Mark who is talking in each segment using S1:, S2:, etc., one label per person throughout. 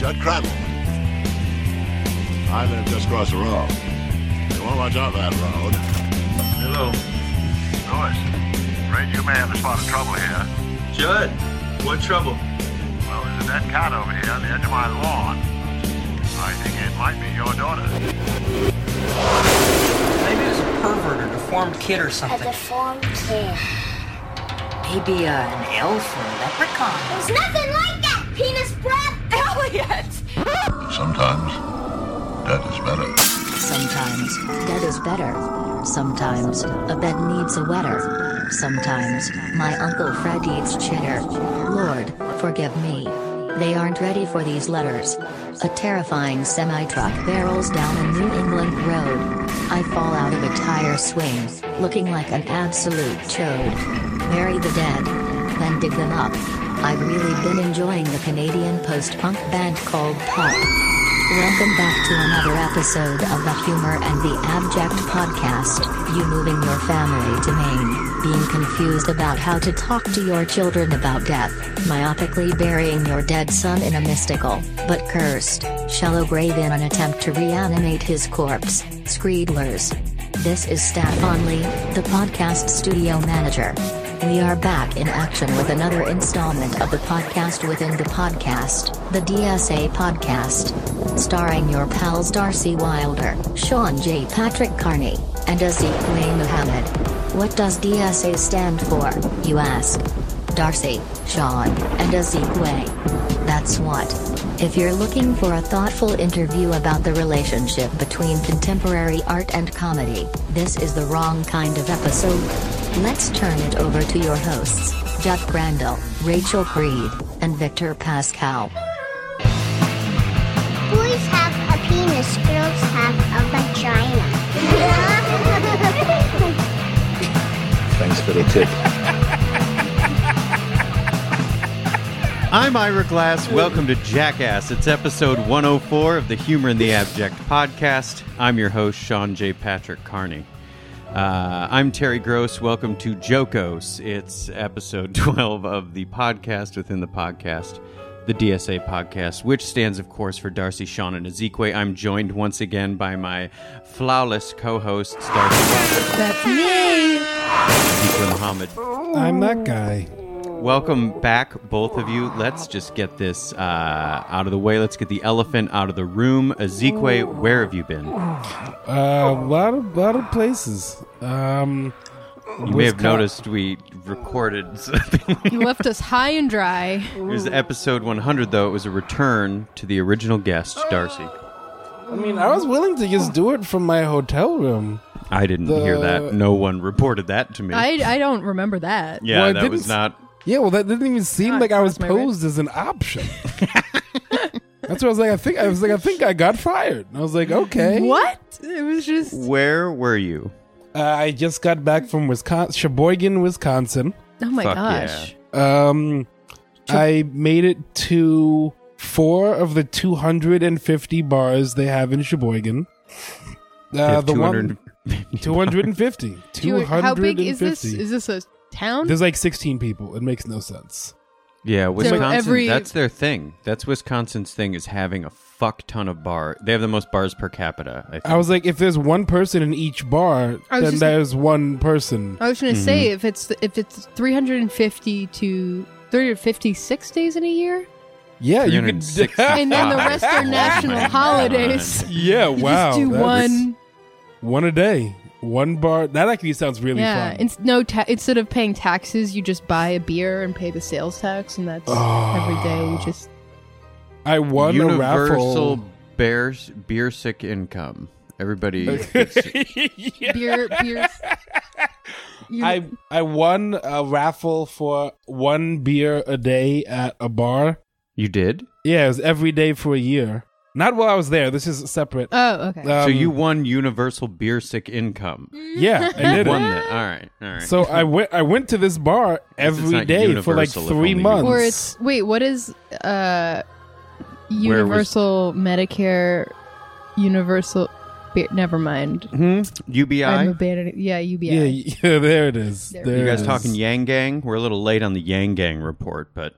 S1: That cradle. I live just across the road. You want to watch out for that road.
S2: Hello.
S1: Lewis, afraid you may have a spot of trouble here.
S2: Judd, what trouble?
S1: Well, there's a dead cat over here on the edge of my lawn. I think it might be your daughter.
S3: Maybe it was a pervert or deformed kid or
S4: A
S3: something.
S4: deformed kid.
S5: Maybe uh, an elf or a leprechaun.
S4: There's nothing like that, penis breath! Elliot!
S1: Sometimes, death is better.
S6: Sometimes dead is better. Sometimes a bed needs a wetter. Sometimes my Uncle Fred eats cheddar. Lord, forgive me. They aren't ready for these letters. A terrifying semi truck barrels down a New England road. I fall out of a tire swing, looking like an absolute chode. Bury the dead, then dig them up. I've really been enjoying the Canadian post punk band called Pop. Welcome back to another episode of the Humor and the Abject podcast. You moving your family to Maine, being confused about how to talk to your children about death, myopically burying your dead son in a mystical, but cursed, shallow grave in an attempt to reanimate his corpse, Screedlers. This is Stefan Lee, the podcast studio manager. We are back in action with another installment of the podcast within the podcast, the DSA podcast. Starring your pals Darcy Wilder, Sean J. Patrick Carney, and Aziz Muhammad. What does DSA stand for, you ask? Darcy, Sean, and Azikwe. That's what. If you're looking for a thoughtful interview about the relationship between contemporary art and comedy, this is the wrong kind of episode. Let's turn it over to your hosts, Jeff Crandall, Rachel Creed, and Victor Pascal.
S4: Boys have a penis, girls have a vagina.
S7: Thanks for the tip.
S8: I'm Ira Glass. Welcome to Jackass. It's episode 104 of the Humor in the Abject podcast. I'm your host, Sean J. Patrick Carney. Uh, I'm Terry Gross. Welcome to Jokos. It's episode 12 of the podcast within the podcast, the DSA podcast, which stands, of course, for Darcy, Sean, and Ezekwe. I'm joined once again by my flawless co hosts, Darcy,
S9: That's me.
S8: Ezekwe Muhammad,
S9: I'm
S10: Oh.
S9: that guy.
S8: Welcome back, both of you. Let's just get this uh, out of the way. Let's get the elephant out of the room. Ezekwe, where have you been? You
S9: Uh, A lot of lot of places. Um,
S8: may have noticed we recorded something.
S10: You left us high and dry.
S8: it was episode 100, though. It was a return to the original guest, Darcy.
S9: I mean, I was willing to just do it from my hotel room.
S8: I didn't hear that. No one reported that to me.
S10: I, I don't remember that.
S8: yeah,
S9: Well, I
S8: that
S9: didn't
S8: was
S9: s-
S8: not.
S9: Yeah, well, that didn't even seem
S10: Not
S9: like I was
S10: cross my brain.
S9: posed as an option. That's what I was like. I think I was like. I think I got fired. And I was like, okay.
S10: What? It was just
S8: Where were you?
S10: Oh
S9: Uh, I just got back from Wisconsin, Sheboygan, Wisconsin.
S10: oh my
S8: Fuck
S10: gosh.
S9: Um, I made it to four of the 250 bars they have in Sheboygan.
S8: They
S9: Uh,
S8: have
S9: the one
S8: 250
S9: 250.
S10: Do you-
S9: 250.
S10: how big is this? Is this a town?
S9: There's like 16 people. It makes no sense.
S8: Yeah, Wisconsin.
S10: every-
S8: That's their thing. That's Wisconsin's thing is having a fuck ton of bar. They have the most bars per capita. I think.
S9: I was like, if there's one person in each bar,
S10: I was
S9: then
S10: just-
S9: there's one person.
S10: I was going to say
S8: Mm-hmm.
S10: if it's if it's 350 to 356 days in a year,
S9: Yeah, you could.
S8: 360.
S10: and then the rest
S8: Oh
S10: are
S8: my
S10: national
S8: God.
S10: holidays.
S9: yeah,
S10: You
S9: wow.
S10: just do
S9: that's-
S10: one.
S9: One a day. One bar. That actually sounds really
S10: yeah,
S9: fun.
S10: it's no ta- instead of paying taxes, you just buy a beer and pay the sales tax, and that's
S8: Oh.
S10: every day. You just
S9: I won a
S8: Universal
S9: raffle.
S8: bear beer sick income. Everybody, gets-
S10: beer beer. you-
S9: I I won a raffle for one beer a day at a bar.
S8: you did.
S9: Yeah, it was every day for a year. Not while I was there. This is separate.
S10: oh okay.
S8: so
S9: Um,
S8: you won universal beer sick income.
S9: yeah, I
S8: You
S9: did
S8: won
S9: it.
S8: that. All right, all right.
S9: So I went. I went to this bar every
S8: not
S9: day for like
S8: universal, if only
S9: three
S8: you-
S9: months.
S10: or it's wait what is uh
S8: Where was-
S10: universal medicare universal be- never mind
S8: Hmm? UBI.
S10: i'm abandoning yeah ubi
S9: yeah, yeah, There it is.
S10: There
S9: There
S10: it
S8: you guys
S9: it is.
S8: talking Yang Gang? We're a little late on the Yang Gang report, but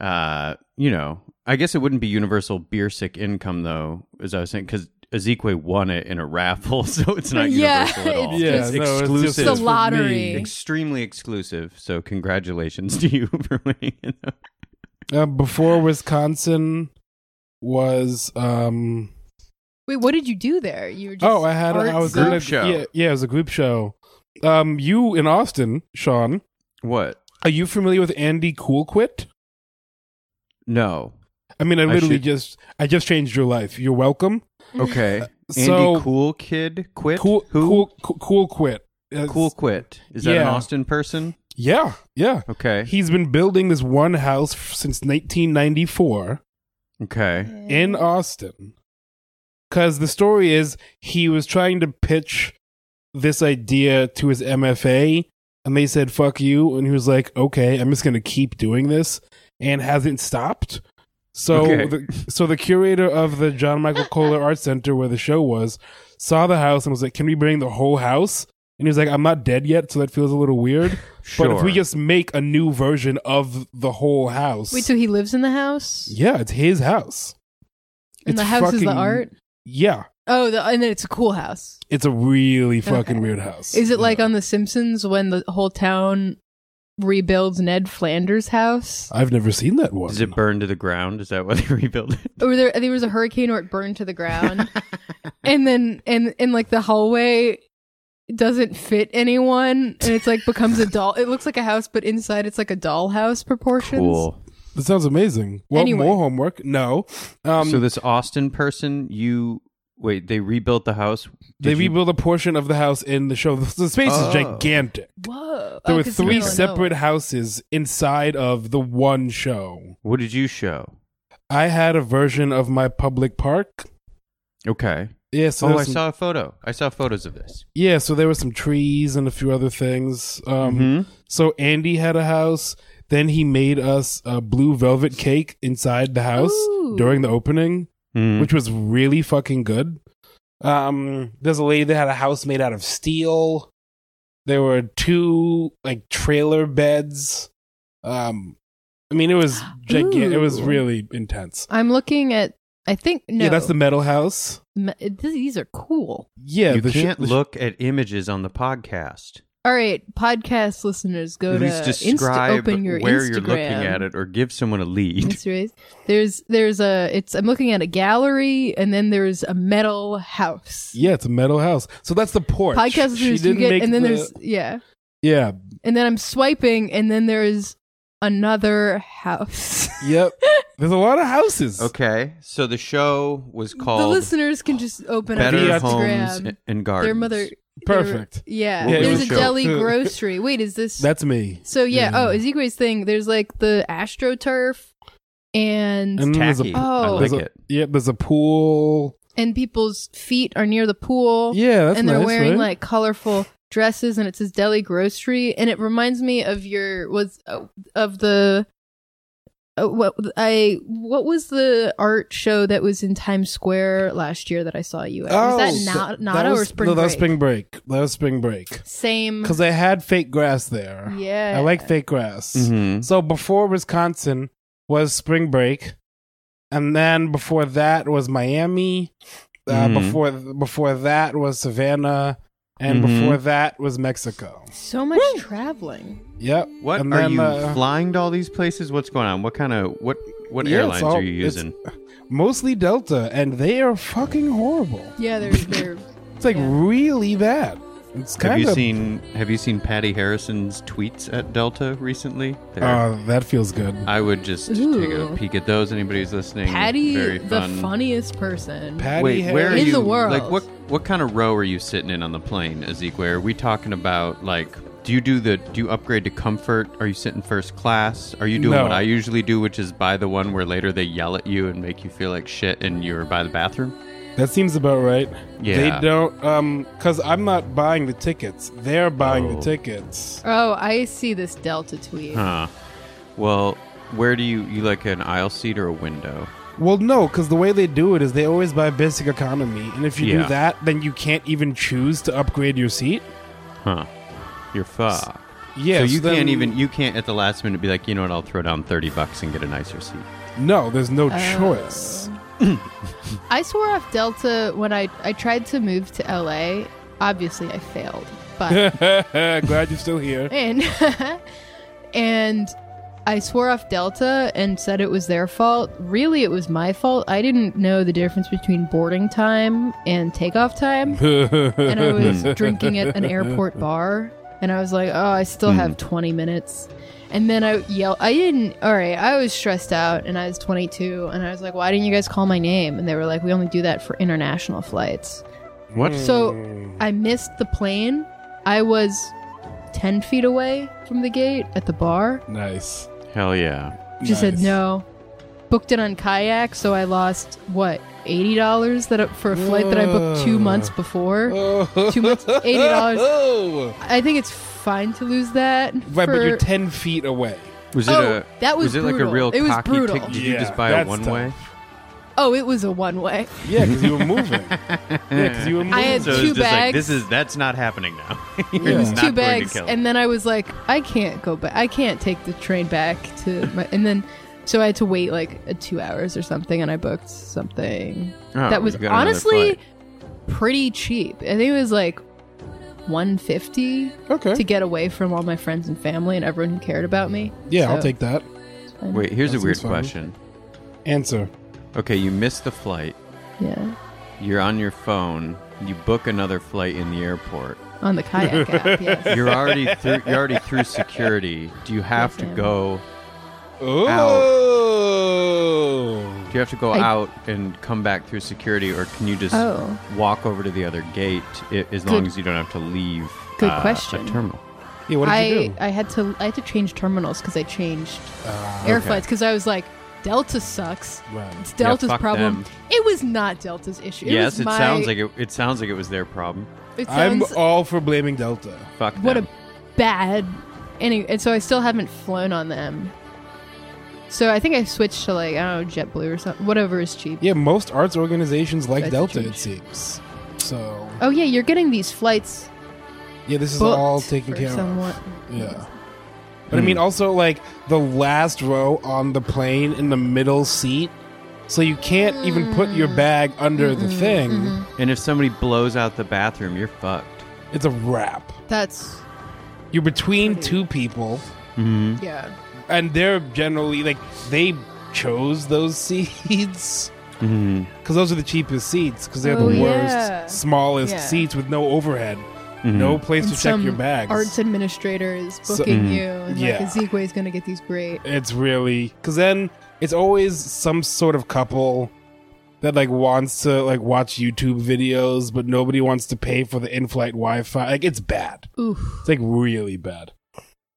S8: uh, you know, I guess it wouldn't be universal beer sick income though, as I was saying, because Ezekwe won it in a raffle, so it's not
S10: Yeah,
S8: universal at all.
S10: it's
S9: Yeah,
S8: it's
S9: no, it's
S8: exclusive.
S9: just it's
S10: The lottery.
S8: Extremely exclusive. So congratulations to you for winning. it.
S9: Uh, before Wisconsin was um
S10: Wait, what did you do there? You were just
S9: oh I had a, I was
S10: artsy?
S9: in a,
S8: Group show.
S9: yeah yeah it was a group show. Um, you in Austin, Sean?
S8: What?
S9: Are you familiar with Andy Coolquit?
S8: No.
S9: I mean, I literally
S8: should-
S9: just I just changed your life. You're welcome.
S8: Okay. Andy
S9: Uh, so-
S8: Cool Kid quit.
S9: Cool,
S8: Who?
S9: cool, cool, cool quit. Uh,
S8: Cool quit. Is that an
S9: Yeah.
S8: Austin person?
S9: Yeah, yeah.
S8: Okay.
S9: He's been building this one house f- since 1994.
S8: okay.
S9: in
S8: Mm-hmm.
S9: Austin. Because the story is he was trying to pitch this idea to his MFA, and they said, fuck you. And he was like, okay, I'm just going to keep doing this, and hasn't stopped. So,
S8: Okay.
S9: the, so the curator of the John Michael Kohler Art Center, where the show was, saw the house and was like, "Can we bring the whole house?" And he was like, "I'm not dead yet, so that feels a little weird. But if
S8: Sure.
S9: we just make a new version of the whole house,
S10: Wait, so he lives in the house?
S9: yeah, it's his house.
S10: And the
S9: It's
S10: house is the
S9: fucking-
S10: art?
S9: Yeah,
S10: Oh, the, and then it's a cool house.
S9: it's a really fucking weird house.
S10: Is it like on The Simpsons when the whole town rebuilds Ned Flanders' house?
S9: I've never seen that one.
S8: Does it burn to the ground? Is that why they rebuilt it?
S10: Or there, there was a hurricane or it burned to the ground, and then and and like the hallway doesn't fit anyone, and it's like becomes a doll. It looks like a house, but inside it's like a dollhouse proportions.
S8: Cool.
S9: That sounds amazing. Well,
S10: Anyway.
S9: more homework. No, um,
S8: so this Austin person, you wait, they rebuilt the house. Did
S9: they
S8: you-
S9: rebuild a portion of the house in the show. The, the space
S8: Oh.
S9: is gigantic.
S10: Whoa!
S9: There
S10: Oh,
S9: were
S10: 'cause
S9: three
S10: it's in
S9: separate
S10: Illinois.
S9: houses inside of the one show.
S8: what did you show?
S9: I had a version of my public park.
S8: Okay.
S9: Yeah, so
S8: oh,
S9: there
S8: I
S9: was some,
S8: saw a photo. I saw photos of this.
S9: yeah, so there were some trees and a few other things. Um,
S8: Mhm.
S9: So Andy had a house. Then he made us a blue velvet cake inside the house
S10: Ooh.
S9: during the opening.
S10: Hmm.
S8: Mm.
S9: which was really fucking good. Um, there's a lady that had a house made out of steel. There were two like trailer beds. Um, I mean, it was gigantic. It was
S10: Ooh.
S9: really intense.
S10: I'm looking at. I think no.
S9: Yeah, that's the metal house.
S10: Me- these are cool.
S9: Yeah,
S8: you
S9: the sh-
S8: can't
S9: the sh-
S8: look at images on the podcast.
S10: All right, podcast listeners, go
S8: At
S10: to
S8: least
S10: Insta-
S8: describe
S10: open your
S8: where
S10: Instagram.
S8: you're looking at it, or give someone a lead.
S10: That's right. There's there's a it's I'm looking at a gallery and then there's a metal house.
S9: yeah, it's a metal house. So that's the porch.
S10: Podcast
S9: She
S10: listeners, you
S9: didn't
S10: get
S9: make
S10: and then
S9: the-
S10: there's yeah,
S9: yeah,
S10: and then I'm swiping and then there's another house.
S9: yep. there's a lot of houses.
S8: Okay, so the show was
S10: the
S8: called
S10: listeners can just open up
S8: Better
S10: their
S8: Homes
S10: Instagram.
S8: and Gardens.
S10: Their mother, their-
S9: perfect.
S10: yeah,
S8: What
S9: was
S10: there's
S9: the
S10: a
S8: show?
S10: deli grocery. Wait, is this
S9: That's me.
S10: so? Yeah.
S8: Mm-hmm.
S9: Yeah.
S10: Oh, Ezekiel's thing. There's like the AstroTurf and
S9: And then Mm, there's a,
S8: Tacky. I
S10: Oh.
S8: like
S9: there's a,
S8: it.
S9: yeah, there's a pool.
S10: and people's feet are near the pool.
S9: Yeah, that's
S10: and they're
S9: nice,
S10: wearing
S9: right?
S10: like colorful dresses, and it says deli grocery, and it reminds me of your was uh, of the uh, what I what was the art show that was in Times Square last year that I saw you at? was that Na-
S9: th-
S10: Nada
S9: Oh, that
S10: or
S9: was-
S10: Spring
S9: no, that
S10: Break?
S9: was spring break. That was spring break.
S10: Same.
S9: Because I had fake grass there.
S10: Yeah.
S9: I like fake grass.
S8: Mhm.
S9: So before Wisconsin was spring break, and then before that was Miami. Uh,
S8: Mhm.
S9: Before before that was Savannah, and
S8: Mhm.
S9: before that was Mexico.
S10: So much traveling.
S9: Yep.
S8: What
S9: And
S8: are
S9: then,
S8: you
S9: uh,
S8: flying to all these places? What's going on? What kind of what what
S9: Yeah, it's
S8: airlines
S9: all-
S8: are you
S9: it's-
S8: using?
S9: Mostly Delta, and they are fucking horrible.
S10: Yeah, they're they're
S9: It's like really bad. It's kind
S8: Have you
S9: of
S8: seen Have you seen Patty Harrison's tweets at Delta recently? They're-
S9: Oh, that feels good.
S8: I would just take a
S10: Ooh.
S8: peek at those. Anybody who's listening,
S10: Patty,
S8: very
S10: the
S8: fun.
S10: funniest person.
S9: Patty
S8: Wait, where are
S9: Harris-
S10: In
S8: you?
S10: the world.
S8: Like, what what kind of row are you sitting in on the plane, Ezekiel? Are we talking about like? Do you do the? Do you upgrade to comfort? Are you sitting first class? Are you doing
S9: No.
S8: what I usually do, which is buy the one where later they yell at you and make you feel like shit, and you're by the bathroom?
S9: That seems about right.
S8: Yeah.
S9: They don't um cuz I'm not buying the tickets. They're buying
S8: Oh.
S9: the tickets.
S10: Oh, I see this Delta tweet.
S8: Huh. Well, where do you you like an aisle seat or a window?
S9: Well, no, cuz the way they do it is they always buy basic economy. And if you
S8: Yeah.
S9: do that, then you can't even choose to upgrade your seat.
S8: Huh. You're fucked.
S9: Yeah.
S8: so you
S9: then-
S8: can't even you can't at the last minute be like, you know what, I'll throw down thirty bucks and get a nicer seat.
S9: No, there's no
S10: Oh.
S9: choice.
S10: I swore off Delta when I I tried to move to LA. Obviously, I failed, but
S9: Uh, Glad you're still here.
S10: and and I swore off Delta and said it was their fault. Really, it was my fault. I didn't know the difference between boarding time and takeoff time, and I was drinking at an airport bar. And I was like, "Oh, I still have 20 minutes." And then I yelled, "I didn't." All right, I was stressed out, and I was 22, and I was like, "Why didn't you guys call my name?" And they were like, "We only do that for international flights."
S8: What?
S9: Mm.
S10: So I missed the plane. I was 10 feet away from the gate at the bar.
S9: Nice.
S8: Hell yeah.
S10: She said
S9: Nice.
S10: no. Booked it on kayak, so I lost what eighty dollars that uh, for a flight that I booked two
S9: Whoa.
S10: months before. Two months, eighty dollars.
S9: Oh.
S10: I think it's fine to lose that.
S9: Right, but you're
S10: for-
S9: ten feet away.
S8: Was it
S10: Oh,
S8: a
S10: that was
S8: was it like a
S10: brutal.
S8: real
S10: It was
S8: cocky
S10: brutal.
S8: ticket? Did you
S9: Yeah,
S8: just buy a
S9: that's
S8: one
S9: tough.
S8: way?
S10: oh, it was a one way.
S9: Yeah, because you were moving. yeah, because you were moving.
S10: I had
S8: So it's
S10: two
S8: just like
S10: bags.
S8: this is that's not happening now. You're
S9: It was
S8: just not
S10: two
S8: going to
S10: bags
S8: kill
S10: and then i was like i can't go back i can't take the train back to my and then so i had to wait like uh, two hours or something and i booked something
S8: Oh,
S10: that was
S8: you got another
S10: honestly
S8: flight.
S10: pretty cheap i think it was like 150
S9: okay.
S10: to get away from all my friends and family and everyone who cared about me
S9: yeah, I'll
S10: So,
S9: take that.
S10: it's fine.
S8: Wait, here's
S9: That
S8: a weird
S9: seems fine.
S8: question.
S9: Answer.
S8: Okay, you missed the flight.
S10: yeah
S8: You're on your phone. You book another flight in the airport.
S10: on the kayak app yes.
S8: You're already through, you're already through security. Do you have to
S10: ma'am.
S8: go?
S9: Oh.
S8: Do you have to go
S10: I-
S8: out and come back through security, or can you just
S10: Oh.
S8: walk over to the other gate i- as long
S10: Good-
S8: as you don't have to leave?
S10: good
S8: uh,
S10: question.
S8: A terminal.
S9: Yeah, what did
S10: I,
S9: you do?
S10: I had to I had to change terminals because I changed air
S8: okay.
S10: flights because I was like Delta sucks.
S9: Ah, Right.
S10: It's Delta's
S8: fuck
S10: problem.
S8: them.
S10: It was not Delta's issue. It
S8: yes,
S10: was
S8: it
S10: my-
S8: sounds like it. It sounds like it was their problem.
S10: it
S9: I'm
S10: sounds
S9: all for blaming Delta.
S8: Fuck
S10: what
S8: them.
S10: a bad. Any and so I still haven't flown on them. So I think I switched to like I don't know JetBlue or something, whatever is cheap.
S9: Yeah, most arts organizations like
S10: That's
S9: Delta,
S10: true.
S9: it seems. So
S10: Oh yeah, you're getting these flights
S9: yeah, this is
S10: booked
S9: all taken
S10: for
S9: care
S10: someone.
S9: of. Yeah. But I mean, also like the last row on the plane in the middle seat, so you can't even put
S10: Hmm.
S9: your bag under
S10: Mm-hmm.
S9: the thing.
S8: and if somebody blows out the bathroom, you're fucked.
S9: It's a wrap.
S10: That's
S9: You're between two people, Hmm.
S10: yeah.
S9: and they're generally like they chose those seats
S8: Mm-hmm.
S9: because those are the cheapest seats because they're
S10: Oh,
S9: the worst,
S10: yeah.
S9: smallest
S10: Yeah.
S9: seats with no overhead, no place to check
S10: Some
S9: your bags.
S10: Arts administrator is
S9: So-
S10: booking you, and
S9: Yeah.
S10: like Ezekwe is gonna get these great.
S9: It's really because then it's always some sort of couple that like wants to like watch YouTube videos, but nobody wants to pay for the in-flight Wi-Fi. Like it's bad.
S10: Oof,
S9: It's like really bad.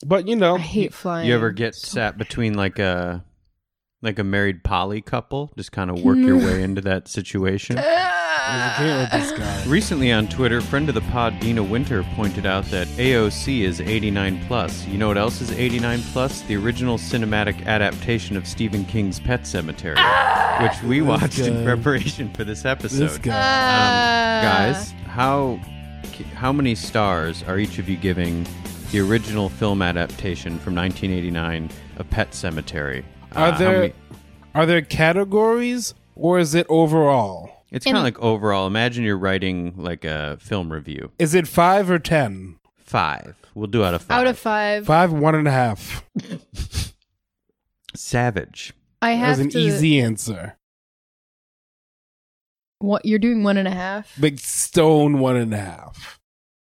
S9: But you know,
S10: I hate flying.
S8: You ever get sat between like a like a married poly couple? Just kind of work your way into that situation.
S9: I can't with this guy.
S8: Recently on Twitter, friend of the pod Dina Winter pointed out that AOC is 89 plus. You know what else is 89 plus? The original cinematic adaptation of Stephen King's Pet Cemetery, which we watched in
S9: guy.
S8: preparation for this
S9: This
S8: episode.
S9: guy.
S8: Um,
S10: Uh,
S8: guys, how how many stars are each of you giving the original film adaptation from 1989 of Pet Cemetery? Uh,
S9: Are
S8: how
S9: there
S8: many-
S9: are there categories or is it overall?
S8: It's kind of like overall. Imagine you're writing like a film review.
S9: Is it five or ten?
S8: Five. We'll do out of five.
S10: Out of five,
S9: Five, one and a half.
S8: Savage.
S10: I
S9: That
S10: have
S9: was an
S10: to.
S9: easy answer.
S10: What you're doing one and a half?
S9: Like stone one and a half.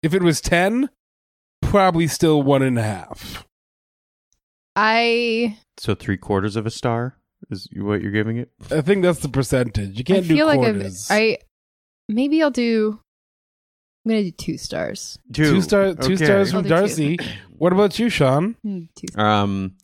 S9: If it was ten, probably still one and a half.
S10: I
S8: So three quarters of a star is what you're giving it.
S9: I think that's the percentage. You
S10: I
S9: can't do
S10: feel like I've,
S9: quarters.
S10: I maybe I'll do. I'm gonna do two stars.
S9: two stars. Two stars
S10: I'll
S9: from
S10: do
S9: Darcy. What about you, Sean?
S10: Hmm, Two. Stars.
S8: Um,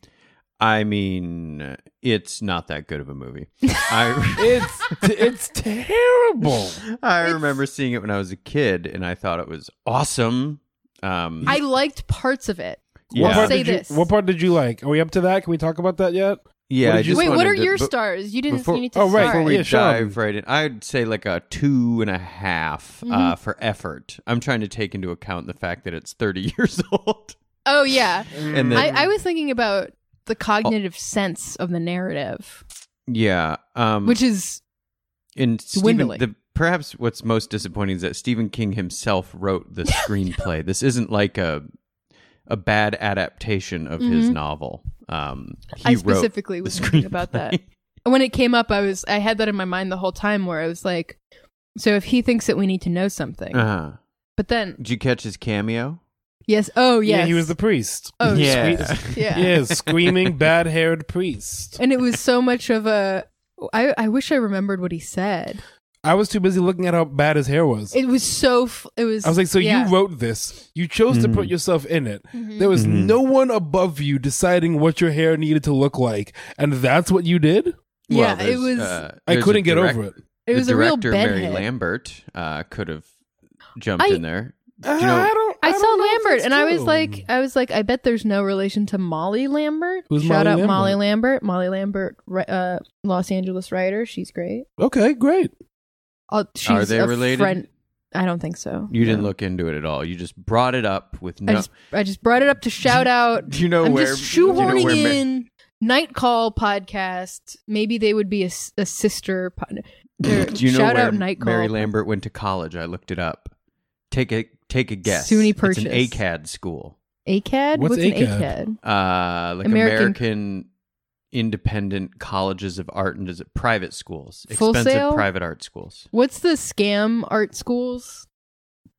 S8: I mean, it's not that good of a movie. I
S9: It's t- it's terrible.
S8: I remember seeing it when I was a kid, and I thought it was awesome. Um,
S10: I liked parts of it.
S9: What
S8: yeah,
S9: part
S10: Say
S9: did you,
S10: this.
S9: What part did you like? Are we up to that? Can we talk about that yet?
S8: yeah.
S9: what
S8: I
S9: did you-
S8: just
S10: Wait, what
S8: wanted
S10: are
S8: to-
S10: your
S8: but
S10: stars? You didn't.
S8: before-
S10: you need to
S9: oh, right,
S8: Before
S10: start.
S8: we
S9: Yeah, Sean.
S8: dive right in, I'd say like a two and a half, uh,
S10: Mm-hmm.
S8: for effort. I'm trying to take into account the fact that it's 30 years old,
S10: oh yeah,
S8: and then
S10: I, I was thinking about the cognitive sense of the narrative.
S8: Yeah. Um,
S10: which is
S8: and Stephen,
S10: dwindling.
S8: the perhaps what's most disappointing is that Stephen King himself wrote the screenplay. This isn't like a a bad adaptation of his
S10: Mhm.
S8: novel. Um, he
S10: I
S8: wrote
S10: specifically
S8: the
S10: was thinking about that.
S8: screenplay.
S10: when it came up, I was I had that in my mind the whole time where I was like, so if he thinks that we need to know something,
S8: Uh-huh.
S10: but then
S8: Did you catch his cameo?
S10: yes, oh yes,
S9: Yeah, he was the priest.
S10: oh
S8: yeah.
S9: sweet.
S10: yeah.
S9: Yeah, screaming, bad haired priest.
S10: and it was so much of a. I I wish I remembered what he said.
S9: I was too busy looking at how bad his hair was.
S10: It was so. F- it was.
S9: I was like, so
S10: yeah. Mm-hmm.
S9: you wrote this. You chose to
S8: Mm-hmm.
S9: put yourself in it. There was
S8: Mhm.
S9: no one above you deciding what your hair needed to look like. And that's what you did?
S10: Yeah, it
S8: there's,
S10: was.
S8: uh,
S9: I
S8: there's a
S9: couldn't get
S8: direct-
S9: over it.
S10: it was
S8: the
S10: a real
S8: director Mary
S10: bedhead.
S8: Lambert uh, could have jumped
S10: I- Uh,
S8: in there. Do you
S9: I
S8: know,
S9: don't.
S10: I,
S9: don't
S10: saw
S9: know if
S10: Lambert
S9: that's
S10: and I was
S9: true.
S10: like uh, I was like I bet there's no relation to Molly Lambert.
S9: Who's
S10: Shout out
S9: Molly
S10: Molly Lambert. Molly Lambert ri- uh Los Angeles writer, she's great.
S9: okay, great.
S10: Uh, she's
S8: Are they
S10: a
S8: related?
S10: friend- I don't think so.
S8: you didn't
S10: No.
S8: look into it at all. You just brought it up with
S10: I
S8: no.
S10: just I just brought it up to shout out.
S8: Do you know
S10: I'm
S8: where?
S10: just
S8: do you know
S10: shoehorning
S8: where Ma-
S10: in Night Call podcast. Maybe they would be a, s- a sister. Po- They're-
S8: Do you know
S10: shout
S8: where
S10: out Night Call.
S8: Mary Lambert went to college? I looked it up. Take a take a guess.
S10: SUNY
S8: It's
S10: Purchase.
S8: an ACAD school.
S10: ACAD?
S9: What's
S10: an
S9: ACAD?
S10: ACAD?
S8: Uh, like American,
S10: American-
S8: independent colleges of art and Desi- private schools,
S10: Full
S8: expensive
S10: Sail?
S8: private art schools.
S10: What's the scam art schools?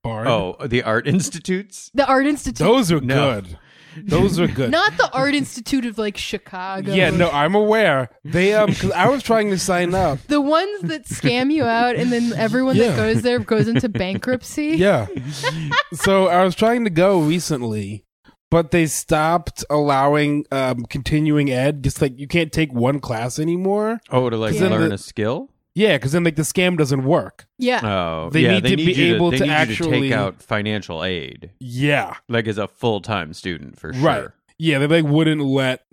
S9: Bard.
S8: Oh, the art institutes.
S10: The Art Institute.
S9: those are
S8: No.
S9: good. Those are good.
S10: Not the Art Institute of like Chicago.
S9: yeah, no, I'm aware. They um, 'cause I was trying to sign up.
S10: The ones that scam you out and then everyone
S9: Yeah.
S10: that goes there goes into bankruptcy.
S9: Yeah. so I was trying to go recently, but they stopped allowing um, continuing ed. Just like you can't take one class anymore.
S8: Oh, to like
S9: Yeah.
S8: learn
S9: The-
S8: a skill.
S9: Yeah, because then like the scam doesn't work.
S10: Yeah.
S8: Oh,
S9: They
S8: yeah,
S9: need
S8: they
S9: to
S8: need
S9: be
S8: you
S9: able
S8: they
S9: to
S8: need you to
S9: actually-
S8: take out financial aid,
S9: Yeah.
S8: like as a full time student for sure.
S9: Right. Yeah, they like wouldn't let.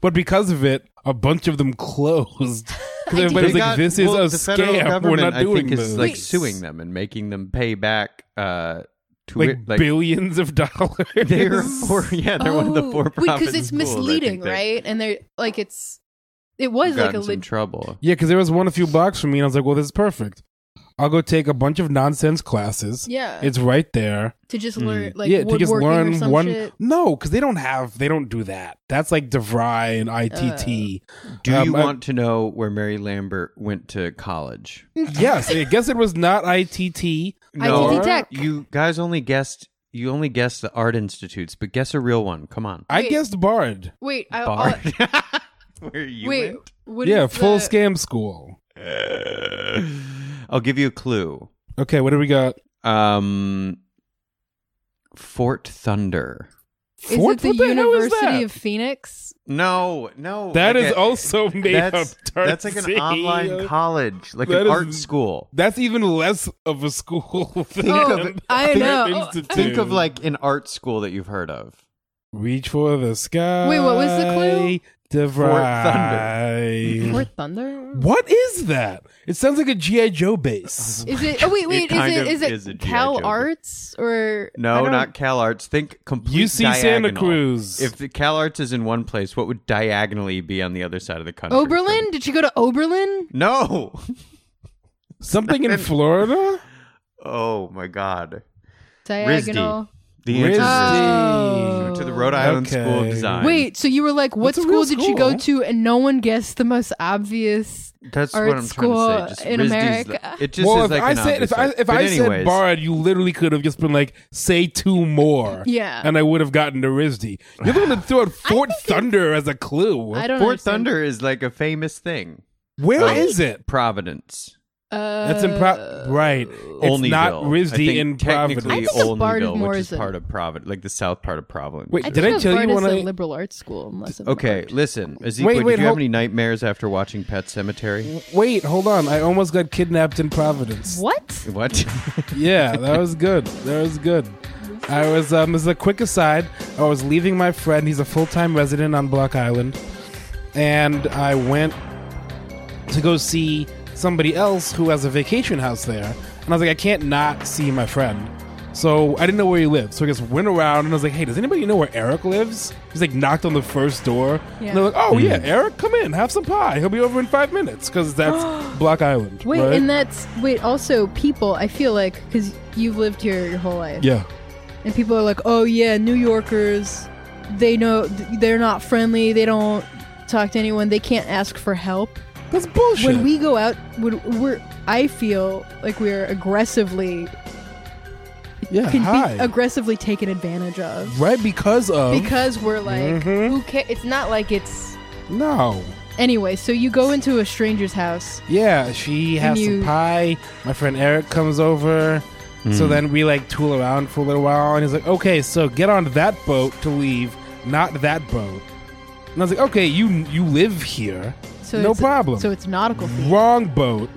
S9: But because of it, because a bunch of them closed. Because
S8: They
S9: everybody's like,
S8: got-
S9: "This is
S8: well,
S9: a
S8: the federal
S9: scam. We're
S8: government,
S9: not doing
S8: I think,
S9: this."
S8: Is, like suing them and making them pay back. Uh, to
S9: like,
S8: it- like
S9: billions of dollars.
S8: they're for yeah, they're one of the
S10: Oh.
S8: four.
S10: Wait, because it's misleading, right? And they're like, it's, it was like a
S8: some
S10: leg-
S8: trouble.
S9: Yeah, because there was one a few blocks from me, and I was like, "Well, this is perfect. I'll go take a bunch of nonsense classes.
S10: yeah,
S9: It's right there.
S10: to just
S8: Mm.
S10: learn, like,
S9: yeah,
S10: woodworking
S9: to just learn
S10: or some
S9: one.
S10: shit.
S9: No, because they don't have. They don't do that. That's like DeVry and ITT.
S8: Do
S9: Um,
S8: you
S9: I-
S8: want to know where Mary Lambert went to college?
S10: Uh.
S9: yes, I guess it was not ITT.
S10: ITT Tech.
S8: You guys only guessed. You only guessed the art institutes, but guess a real one. Come on,
S9: I
S10: Wait.
S9: guessed Bard.
S10: Wait, I,
S8: Bard.
S10: I'll-
S8: where you
S10: Oh, wait, what
S9: yeah,
S10: is
S9: full
S10: the-
S9: scam school.
S8: went? I'll give you a clue.
S9: Okay, what do we got?
S8: Um, Fort Thunder.
S10: Is
S9: Fort-
S10: it the
S9: what the hell is
S10: University
S9: that?
S10: of Phoenix?
S8: No, no.
S9: That
S8: like
S9: is
S8: a-
S9: also made
S8: Oh, that's,
S9: up. Darcy.
S8: That's like an online college, like
S9: That
S8: an
S9: is-
S8: art school.
S9: That's even less of a school. Than
S8: of-
S10: Oh, I know.
S9: Institute.
S8: Think of like an art school that you've heard of.
S9: reach for the sky.
S10: Wait, what was the clue?
S8: Mm.
S9: DeVry.
S10: Fort Thunder?
S9: What is that? It sounds like a GI Joe base.
S10: Is it? Oh wait, wait.
S8: It
S10: is
S8: kind
S10: it?
S8: of
S10: Is
S8: is a
S10: it
S8: G.I.
S10: Cal
S8: Joe, but-
S10: Arts or I
S8: No,
S10: don't-
S8: not CalArts. Think complete
S9: UC Santa
S8: diagonal.
S9: Cruz.
S8: If the CalArts is in one place, what would diagonally be on the other side of the
S10: Oh,
S8: country?
S10: Oberlin? Did you go to Oberlin?
S8: No.
S9: Something in Florida?
S8: Oh my God.
S10: Diagonal.
S8: The answer is RISD.
S10: Oh.
S8: You went to the Rhode Island
S9: Okay.
S8: School of Design.
S10: Wait, so you were like, what
S9: That's a real
S10: school did you go
S9: school.
S10: to? And no one guessed the most obvious.
S8: that's
S10: art
S8: what I'm trying
S10: school
S8: to say. Just
S10: in
S8: RISD's
S10: America.
S8: The, it just
S9: well,
S8: is
S9: if
S8: like
S9: I
S8: an
S9: said if
S8: obvious
S9: I
S8: choice.
S9: if
S8: But
S9: I
S8: anyways,
S9: said Bard, you literally could have just been like, say two more.
S10: Yeah.
S9: And I would have gotten to RISD. You're the one that threw out Fort Thunder as a clue.
S10: I don't
S8: Fort
S10: understand.
S8: Thunder is like a famous thing.
S9: Where
S8: Um,
S9: is it?
S8: Providence.
S10: Uh,
S9: That's in Pro- right. It's
S8: Only
S9: not
S8: I
S9: RISD
S8: think
S9: in
S8: technically
S10: I
S9: Providence.
S10: think of Bard of
S8: Olneyville, which is
S10: Morrison.
S8: part of Providence, like the south part of Providence.
S9: Wait,
S10: I
S9: did
S10: think
S9: I
S10: of
S9: tell you
S10: Bard
S9: when
S10: as a
S9: I-
S10: liberal arts school. Unless I'm
S8: Okay,
S10: correct.
S8: listen, Ezekiel,
S9: wait,
S8: did you have
S9: hold-
S8: any nightmares after watching Pet Cemetery?
S9: Wait, hold on. I almost got kidnapped in Providence.
S10: What?
S8: What?
S9: Yeah, that was good. That was good. I was um as a quick aside, I was leaving my friend, he's a full time resident on Block Island, and I went to go see somebody else who has a vacation house there. And I was like, I can't not see my friend. So I didn't know where he lived. So I just went around and I was like, hey, does anybody know where Eric lives? He's like knocked on the first door.
S10: Yeah.
S9: And they're like, oh, yeah, Eric, come in, have some pie. He'll be over in five minutes because that's Block Island.
S10: Wait,
S9: right?
S10: and that's wait. Also, people, I feel like because you've lived here your whole life,
S9: Yeah.
S10: and people are like, "Oh yeah, New Yorkers, they know th- they're not friendly. They don't talk to anyone. They can't ask for help."
S9: That's bullshit.
S10: When we go out, when we're, I feel like we're aggressively
S9: yeah,
S10: can
S9: hi.
S10: be aggressively taken advantage of
S9: right because of.
S10: because we're like,
S9: Mhm.
S10: who ca- It's not like it's
S9: no.
S10: anyway. So you go into a stranger's house.
S9: Yeah, she has
S10: you-
S9: some pie. My friend Eric comes over. So then we like tool around for a little while, and he's like, "Okay, so get on that boat to leave, not that boat." And I was like, "Okay, you you live here,
S10: So
S9: no
S10: it's-
S9: problem."
S10: So it's nautical. Theater.
S9: Wrong boat.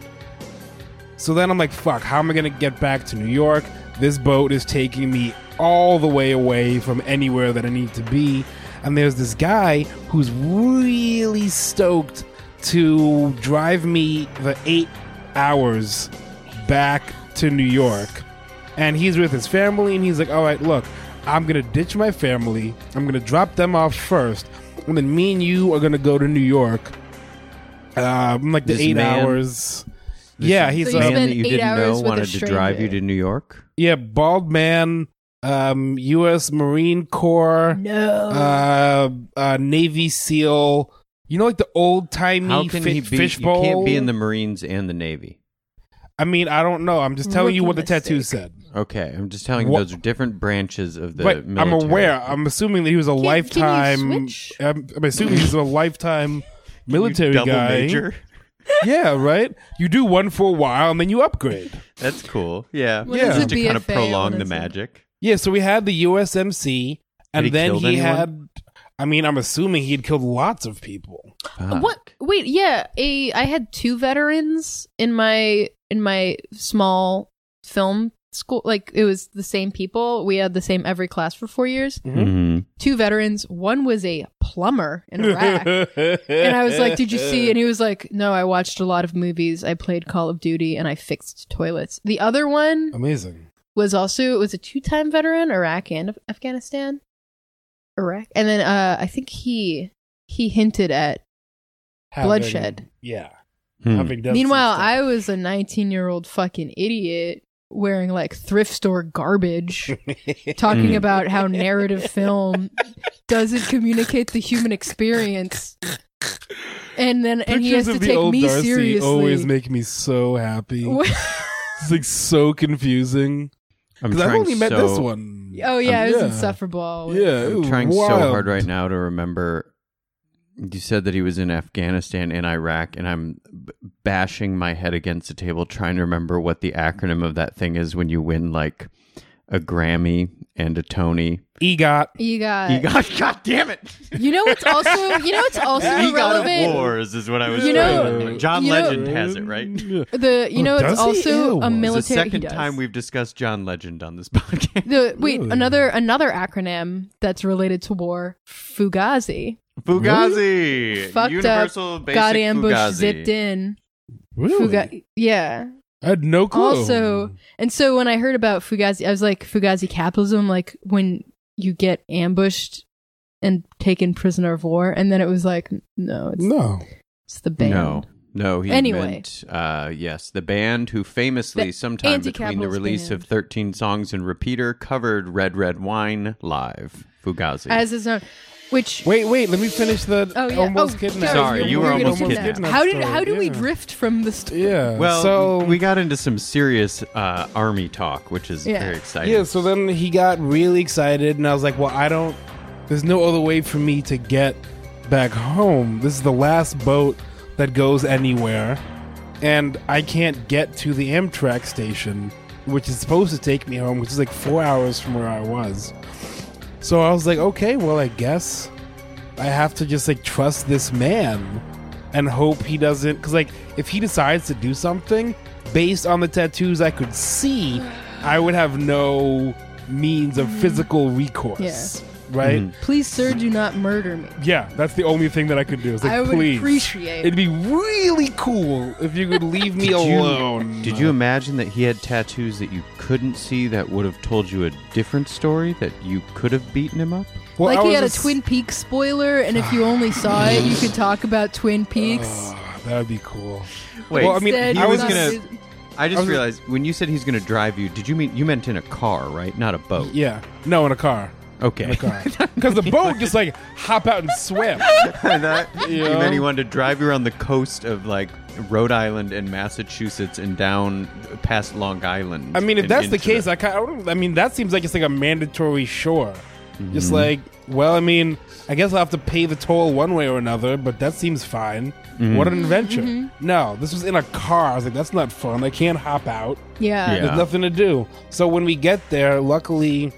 S9: So then I'm like, "Fuck, how am I gonna get back to New York? This boat is taking me all the way away from anywhere that I need to be." And there's this guy who's really stoked to drive me the eight hours back to New York. And he's with his family, and he's like, all right, look, I'm going to ditch my family. I'm going to drop them off first. And then me and you are going to go to New York. Um, like the
S8: This
S9: eight
S8: man-
S9: hours. Yeah, he's
S10: So
S9: a
S10: you
S8: man
S10: spent
S8: that you
S10: eight
S8: didn't
S10: hours
S8: know
S10: with a
S8: wanted to drive you
S10: stranger.
S8: to New York.
S9: yeah bald man, um, U.S. Marine Corps,
S10: No.
S9: uh, uh, Navy SEAL. You know, like the old
S8: How
S9: timey
S8: can
S9: fi-
S8: he be?
S9: fishbowl.
S8: You can't be in the Marines and the Navy.
S9: I mean, I don't know. I'm just telling you
S10: Rookie
S9: what the tattoo
S10: mistake.
S9: said.
S8: Okay, I'm just telling you
S9: What-
S8: those are different branches of the
S9: Right, I'm
S8: military.
S9: aware. I'm assuming that he was a
S10: you
S9: lifetime.
S10: switch?
S9: I'm, I'm assuming he's a lifetime
S8: You
S9: military
S8: double
S9: guy.
S8: major.
S9: Yeah, right. You do one for a while and then you upgrade.
S8: That's cool. Yeah,
S10: What
S9: is
S8: Just
S9: a
S8: to kind of
S10: BFA?
S8: prolong
S10: What
S8: the
S10: is it?
S8: magic.
S9: Yeah. So we had the USMC, and
S8: he
S9: then
S8: killed
S9: he
S8: anyone?
S9: had. I mean, I'm assuming he'd killed lots of people.
S8: Fuck.
S10: What? Wait, yeah. A I had two veterans in my in my small film school. Like it was the same people. We had the same every class for four years.
S9: Mm-hmm.
S8: Mhm.
S10: Two veterans. One was a plumber in Iraq. And I was like, "Did you see?" And he was like, "No, I watched a lot of movies. I played Call of Duty and I fixed toilets." The other one
S9: Amazing.
S10: was also it was a two-time veteran, Iraq and Af- Afghanistan. Iraq, and then uh, I think he he hinted at
S9: Having-
S10: Bloodshed.
S9: Yeah.
S8: Hmm.
S9: having done some
S10: Meanwhile,
S9: stuff.
S10: I was a 19 year old fucking idiot wearing like thrift store garbage, talking
S8: Mm.
S10: about how narrative film doesn't communicate the human experience. And then, and he has
S9: Pictures
S10: to
S9: of the
S10: take
S9: old
S10: me
S9: Darcy
S10: seriously.
S9: always make me so happy.
S10: What-
S9: It's like so confusing.
S8: I'm
S9: Because I've
S8: trying
S9: only met
S8: so-
S9: this one.
S10: oh, yeah, it was
S9: Yeah.
S10: insufferable.
S9: Yeah, it
S8: I'm
S9: was
S8: trying so
S9: wild.
S8: hard right now to remember. You said that he was in Afghanistan and Iraq, and I'm b- bashing my head against the table trying to remember what the acronym of that thing is when you win like a Grammy and a Tony.
S9: EGOT.
S10: You got,
S8: You got, God damn it!
S10: you know what's also, you know what's also
S8: He got
S10: irrelevant?
S8: wars is what I was.
S10: You
S8: trying to
S10: know-
S8: remember. John
S10: you know-
S8: Legend has it right.
S10: The, you
S9: Oh,
S10: know, it's
S9: does he?
S10: also
S9: Ew.
S10: a
S9: It's the
S10: military.
S8: It's the second
S10: he does.
S8: time we've discussed John Legend on this podcast.
S10: The wait,
S9: Really?
S10: another another acronym that's related to war, Fugazi.
S8: Fugazi,
S10: Fucked
S8: Universal
S10: up,
S8: Basic
S10: got ambushed,
S8: Fugazi.
S10: zipped in.
S9: Really?
S10: Fuga- yeah.
S9: I had no clue.
S10: Also, and so when I heard about Fugazi, I was like, Fugazi capitalism, like when you get ambushed and taken prisoner of war, and then it was like, no, it's,
S9: no.
S10: it's the band.
S8: No, no. He
S10: Anyway.
S8: meant, uh, yes, the band who famously,
S10: The
S8: sometime between the
S10: anti-capitalist
S8: release
S10: band.
S8: of Thirteen Songs and Repeater, covered "Red Red Wine" live. Fugazi.
S10: as is known, which
S9: Wait, wait. Let me finish the
S10: oh yeah,
S9: almost
S10: oh,
S9: kidnapped.
S10: sorry,
S8: Sorry, you were
S10: gonna
S8: almost
S10: do that.
S8: kidnapped.
S10: How did how do
S9: story,
S10: we
S9: yeah.
S10: drift from the story?
S9: Yeah.
S8: well,
S9: so
S8: we got into some serious uh, army talk, which is
S10: Yeah.
S8: very exciting.
S9: Yeah, so then he got really excited, and I was like, well, I don't. There's no other way for me to get back home. This is the last boat that goes anywhere, and I can't get to the Amtrak station, which is supposed to take me home, which is like four hours from where I was. So I was like, okay, well, I guess I have to just like trust this man and hope he doesn't. Because, like, if he decides to do something based on the tattoos I could see, I would have no means of physical recourse.
S10: Mm-hmm. Yeah.
S9: right?
S8: Mm-hmm.
S10: Please, sir, do not murder me.
S9: Yeah, that's the only thing that I could do. It's like,
S10: I would
S9: please.
S10: appreciate
S9: It'd be really cool if you could leave me alone.
S8: Did you imagine that he had tattoos that you couldn't see that would have told you a different story that you could have beaten him up?
S9: Well, I
S10: like he
S9: was
S10: had a
S9: just-
S10: Twin Peaks spoiler, and if you only saw it, you could talk about Twin Peaks.
S9: Oh, that would be cool.
S8: Wait,
S9: Well, I mean,
S10: Instead,
S9: I was
S10: not-
S8: gonna- I just
S9: I was-
S8: realized when you said he's going to drive you, did you mean you meant in a car, right? Not a boat.
S9: Yeah. Oh, No, in a car.
S8: Okay.
S9: In a car. Because the boat just like hop out and swim.
S8: that, You
S9: Yeah.
S8: meant he wanted to drive you around the coast of like Rhode Island and Massachusetts and down past Long Island.
S9: I mean, if
S8: and
S9: that's the
S8: into
S9: case, I kind of, I mean, that seems like it's like a mandatory shore. Just
S8: Mm-hmm.
S9: like, well, I mean, I guess I'll have to pay the toll one way or another, but that seems fine.
S8: Mm-hmm.
S9: What an adventure. No, this was in a car. I was like, that's not fun. I can't hop out.
S10: yeah.
S8: Yeah.
S9: There's nothing to do. So when we get there, luckily,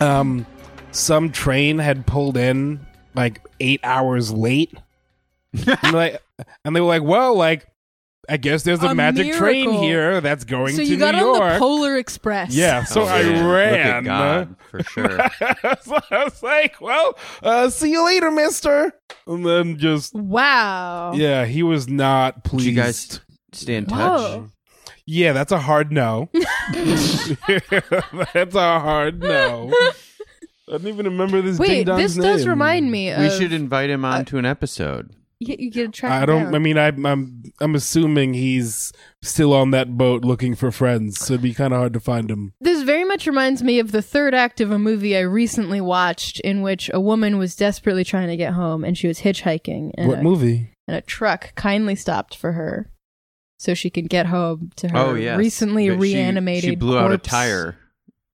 S9: um, some train had pulled in like eight hours late, and, like, and they were like, "Well, like, I guess there's a,
S10: A
S9: magic train
S10: miracle.
S9: here that's going
S10: So
S9: to
S10: you got
S9: New
S10: on the
S9: York."
S10: Polar Express.
S9: yeah, so
S8: Oh,
S9: I
S8: man. Look at
S9: ran.
S8: God, for sure.
S9: so I was like, "Well, uh, see you later, Mister," and then just
S10: Wow.
S9: yeah, he was not
S8: Did
S9: pleased.
S8: you guys stay in touch?
S10: Whoa.
S9: Yeah, that's a hard no. that's a hard no. I don't even remember this.
S10: Wait,
S9: ding-dong's
S10: this does
S9: name.
S10: remind me of.
S8: We should invite him on to an episode.
S10: You, you get a track.
S9: I don't.
S10: down.
S9: I mean, I, I'm I'm assuming he's still on that boat looking for friends, so it'd be kind of hard to find him.
S10: This very much reminds me of the third act of a movie I recently watched in which a woman was desperately trying to get home and she was hitchhiking. And
S9: what
S10: a,
S9: movie?
S10: And a truck kindly stopped for her so she could get home to her
S8: Oh yeah,
S10: recently reanimated
S8: She, blew out a
S10: corpse.
S8: tire.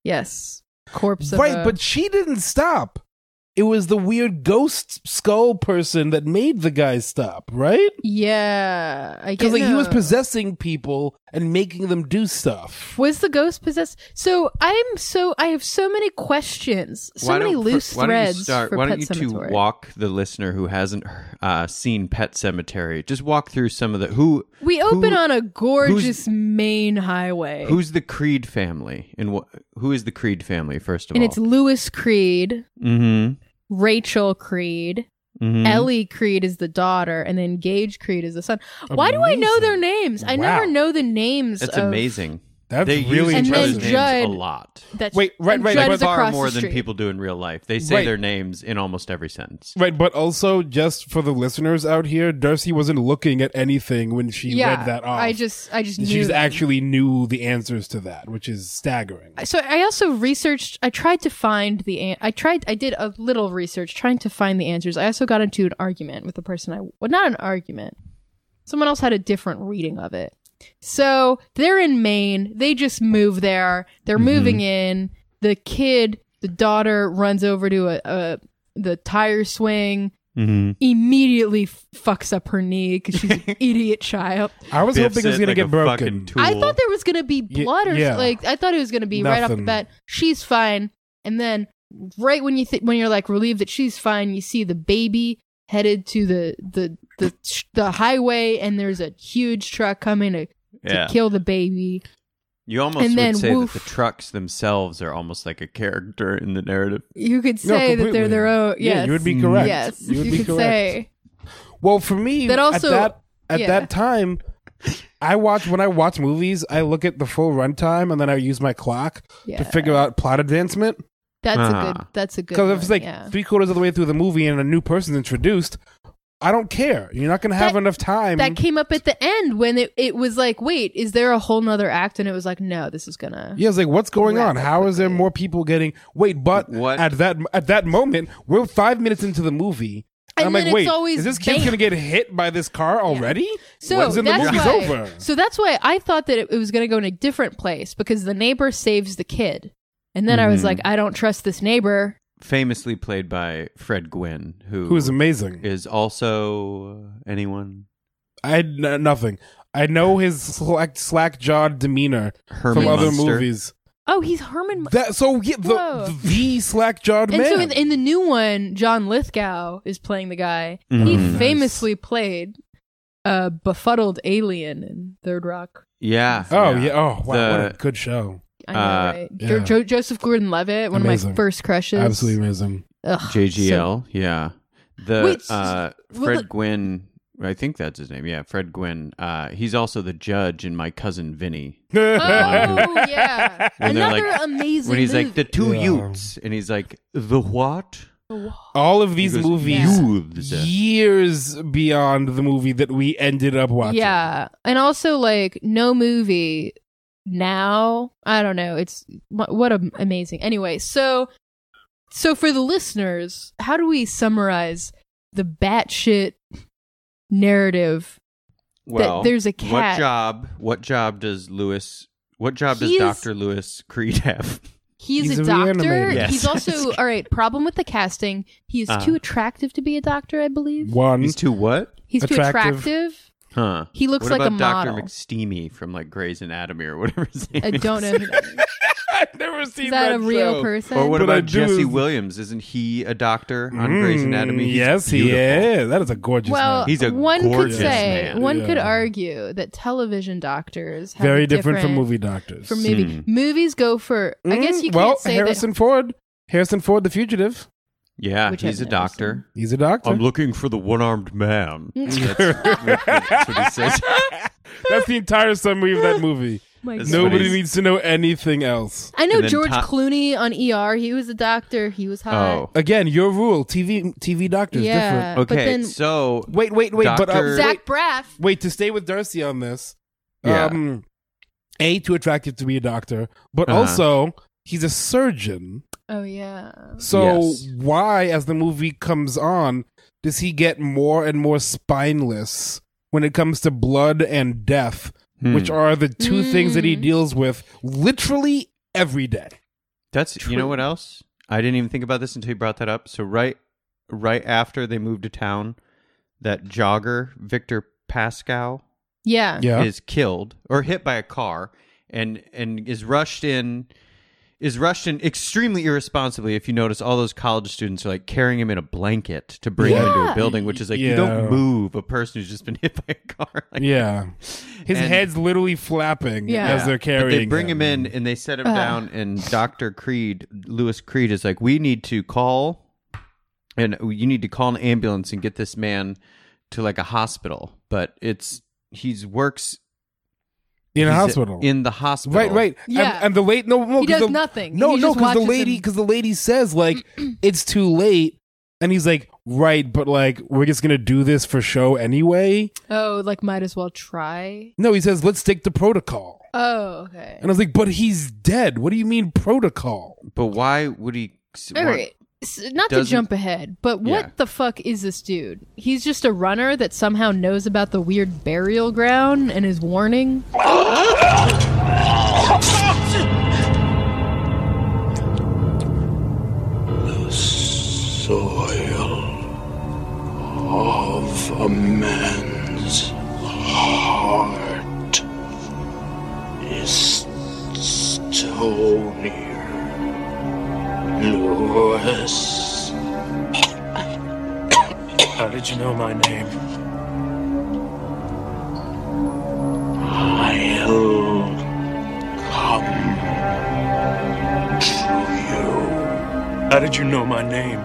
S10: Yes. Corpse of
S9: Right,
S10: a-
S9: but she didn't stop. It was the weird ghost skull person that made the guy stop, right?
S10: Yeah. I
S9: Because
S10: guess
S9: like he was possessing people and making them do stuff.
S10: Was the ghost possessed? So I'm so I have so many questions, so many
S8: don't-
S10: loose
S8: why
S10: threads
S8: Don't you start,
S10: for
S8: why don't
S10: Pet
S8: you two
S10: Sematary.
S8: walk the listener who hasn't uh, seen Pet Cemetery? Just walk through some of the who.
S10: We
S8: who-
S10: open on a gorgeous main highway.
S8: Who's the Creed family, and wh- who is the Creed family? First of
S10: and
S8: all,
S10: it's Lewis Creed,
S8: mm-hmm,
S10: Rachel Creed,
S8: mm-hmm.
S10: Ellie Creed is the daughter, and then Gage Creed is the son. Why do I know
S9: Amazing.
S10: their names? I
S9: Wow.
S10: never know the names.
S8: That's
S10: of-
S8: amazing.
S9: That's
S8: they use
S9: really
S8: each
S10: And then
S8: other's
S9: interesting.
S8: names
S10: Judd-
S8: a lot.
S10: That's
S9: Wait, right,
S10: and
S9: right,
S10: Judd
S9: but-
S10: is
S8: Far
S10: across
S8: more
S10: the
S8: than
S10: street.
S8: people do in real life. They say
S9: Right.
S8: their names in almost every sentence.
S9: Right, but also just for the listeners out here, Darcy wasn't looking at anything when she
S10: yeah,
S9: read that off.
S10: I just, I just
S9: she
S10: knew
S9: just
S10: them.
S9: actually knew the answers to that, which is staggering.
S10: so I also researched. I tried to find the. An- I tried. I did a little research trying to find the answers. I also got into an argument with the person. I well, not an argument. Someone else had a different reading of it. So they're in Maine. They just move there. They're moving in. The kid, the daughter, runs over to a, a the tire swing.
S8: Mm-hmm.
S10: Immediately f- fucks up her knee because she's an idiot child.
S9: I was hoping it was going to get broken.
S10: I thought there was gonna be
S9: Ye-
S10: blood or
S9: yeah.
S10: like I thought it was gonna be right off the
S9: Nothing.
S10: bat. She's fine, and then right when you th- when you're like relieved that she's fine, you see the baby headed to the the the sh- the highway, and there's a huge truck coming to, to
S8: Yeah.
S10: kill the baby.
S8: You almost
S10: And
S8: would
S10: then
S8: say
S10: woof.
S8: that the trucks themselves are almost like a character in the narrative.
S10: You could
S9: No,
S10: say that
S9: completely.
S10: they're their own.
S9: Yeah,
S10: Yes,
S9: you would be correct.
S10: Yes,
S9: You
S10: you,
S9: would be
S10: could
S9: correct.
S10: say
S9: Well, for me,
S10: That also-
S9: at that, at
S10: yeah.
S9: that time, I watch when I watch movies, I look at the full runtime and then I use my clock
S10: Yeah.
S9: to figure out plot advancement.
S10: that's
S8: Ah.
S10: a good that's a good
S9: Because if it's
S10: one,
S9: like
S10: yeah.
S9: three quarters of the way through the movie and a new person's introduced, I don't care. You're not going to have
S10: That-
S9: enough time.
S10: that came up at the end when it, it was like, wait, is there a whole nother act? And it was like, no, this is gonna.
S9: Yeah, it's like what's going
S10: Wrap
S9: on?
S10: up
S9: How is there
S10: quickly.
S9: more people getting? Wait, but
S8: What?
S9: at that at that moment, we're five minutes into the movie,
S10: And
S9: and, I'm like,
S10: then it's
S9: wait,
S10: always
S9: is this kid
S10: bam.
S9: gonna get hit by this car already?
S10: So
S9: What is in the
S10: that's
S9: movie's
S10: why.
S9: over.
S10: So that's why I thought that it, it was going to go in a different place because the neighbor saves the kid, and then I was
S9: Mm-hmm.
S8: Mhm.
S10: like, I don't trust this neighbor.
S8: Famously played by Fred Gwynn, who
S9: Who is amazing?
S8: is also anyone
S9: I had n- nothing. I know his slack slack jawed demeanor
S8: Herman
S9: from other
S8: Munster.
S9: movies.
S10: Oh, he's Herman. Mun-
S9: That so yeah,
S10: Whoa.
S9: the the slack jawed
S10: and
S9: man.
S10: so in, in the new one, John Lithgow is playing the guy.
S8: Mhm.
S9: Mm-hmm.
S10: He famously played a befuddled alien in Third Rock.
S8: Yeah.
S9: oh yeah. Oh wow, what
S8: The-
S9: a good show.
S10: I know,
S8: Uh,
S10: right? Jo-
S9: yeah.
S10: Jo- Joseph Gordon-Levitt, one of
S9: Amazing.
S10: my first crushes.
S9: Absolutely amazing.
S10: Ugh, so-
S8: JGL, yeah. The
S10: Wait, s-
S8: uh,
S10: well,
S8: Fred
S10: look-
S8: Gwynn, I think that's his name. Yeah, Fred Gwynn. Uh, he's also the judge in My Cousin Vinny.
S10: oh yeah,
S8: When they're
S10: another
S8: like-
S10: amazing.
S8: When he's like,
S10: movie.
S8: the two
S9: Yeah.
S8: Utes. And he's like, the what?
S9: All of
S8: He
S9: these
S8: goes,
S9: movies,
S8: "Youths."
S9: years beyond the movie that we ended up watching.
S10: yeah, and also like no movie now. I don't know. It's what, what a, amazing. Anyway, so so for the listeners, how do we summarize the batshit narrative?
S8: Well,
S10: there's a
S8: What
S10: cat.
S8: job? What job does Lewis? What job does
S10: He's-
S8: Doctor Lewis Creed have?
S10: He's,
S9: He's
S10: a,
S9: a
S10: doctor.
S9: reanimator.
S8: Yes.
S10: He's also all right. Problem with the casting. He is
S8: Uh-huh.
S10: too attractive to be a doctor. I believe
S9: One.
S8: He's too what?
S10: he's
S9: Attractive.
S10: too attractive.
S8: Huh?
S10: He looks
S8: what
S10: like a
S8: about Doctor
S10: model.
S8: McSteamy from like Grey's Anatomy or whatever his name
S10: I don't know.
S8: is?
S10: Who that is.
S9: I've never seen
S10: Is that a real person?
S8: Or what
S9: But I
S8: about
S9: do
S8: Jesse
S9: is-
S8: Williams? Isn't he a doctor on Grey's
S9: Mm,
S8: Anatomy? He's
S9: yes, he
S8: beautiful.
S9: is. That is a gorgeous.
S10: well,
S9: man.
S8: He's a
S10: one could
S8: gorgeous
S10: say
S8: man.
S10: one could
S9: Yeah.
S10: argue that television doctors have
S9: very
S10: a
S9: different,
S10: different,
S9: from movie doctors.
S10: From movie,
S8: Hmm.
S10: movies go for. I guess you can't
S9: Mm, well,
S10: say
S9: Harrison Ford. Harrison Ford, the fugitive.
S8: Yeah,
S10: Which
S8: he's a
S10: I've never
S8: doctor.
S9: He's a doctor.
S8: looking for the one-armed man.
S10: that.
S8: That's, that's what he says.
S9: That's the entire summary of that movie.
S10: Oh My
S8: That's
S10: God.
S8: what
S9: Nobody
S8: he's-
S9: needs to know anything else.
S10: I know
S8: And then
S10: George
S8: Tom-
S10: Clooney on ER. He was a doctor. He was hot.
S8: Oh,
S9: Again, your rule. TV TV doctors
S10: yeah.
S9: different.
S10: But
S8: okay.
S10: then
S8: so
S9: Wait, wait, wait. But
S8: Doctor-
S9: uh,
S8: Zach-
S9: wait,
S10: Zach Braff.
S9: wait, to stay with Darcy on this.
S8: Yeah.
S9: Um, a too attractive to be a doctor, but
S8: Uh-huh.
S9: also he's a surgeon.
S10: Oh yeah.
S9: So
S8: Yes.
S9: why, as the movie comes on, does he get more and more spineless when it comes to blood and death,
S8: Hmm.
S9: which are the two things that he
S10: Mm.
S9: deals with literally every day?
S8: That's you know what else? I didn't even think about this until you brought that up. So right right after they moved to town, that jogger, Victor Pascal,
S10: Yeah.
S9: Yeah.
S8: is killed or hit by a car and and is rushed in is rushed in extremely irresponsibly if you notice all those college students are like carrying him in a blanket to bring him into a
S10: Yeah.
S8: building which is like you
S9: Yeah.
S8: don't move a person who's just been hit by a car like,
S9: yeah. His
S8: And-
S9: head's literally flapping
S10: Yeah.
S9: as they're carrying
S8: But they bring him in and they set him
S10: Ah.
S8: down, and Doctor Creed, Lewis Creed, is like, "We need to call, and you need to call an ambulance and get this man to like a hospital." But it's he's works
S9: in a
S8: he's
S9: hospital.
S8: in the hospital,
S9: Right, right. And-
S10: Yeah.
S9: And, the late no, no
S10: He
S9: 'cause
S10: does
S9: the-
S10: nothing. He
S9: No, no,
S10: just
S9: because the
S10: watches
S9: lady,
S10: him.
S9: because the lady says like it's too late, and he's like, right, but like we're just gonna do this for show anyway.
S10: Oh, like might as well try.
S9: No, he says, let's stick to protocol.
S10: Oh, okay.
S9: And I was like, but he's dead. What do you mean protocol?
S8: But why would he? s-
S10: All
S8: want-
S10: right. S- Not to
S8: doesn't-
S10: jump ahead, but what
S8: Yeah.
S10: the fuck is this dude? He's just a runner that somehow knows about the weird burial ground and is warning.
S11: How did you know my name? I'll come to you. How did you know my name?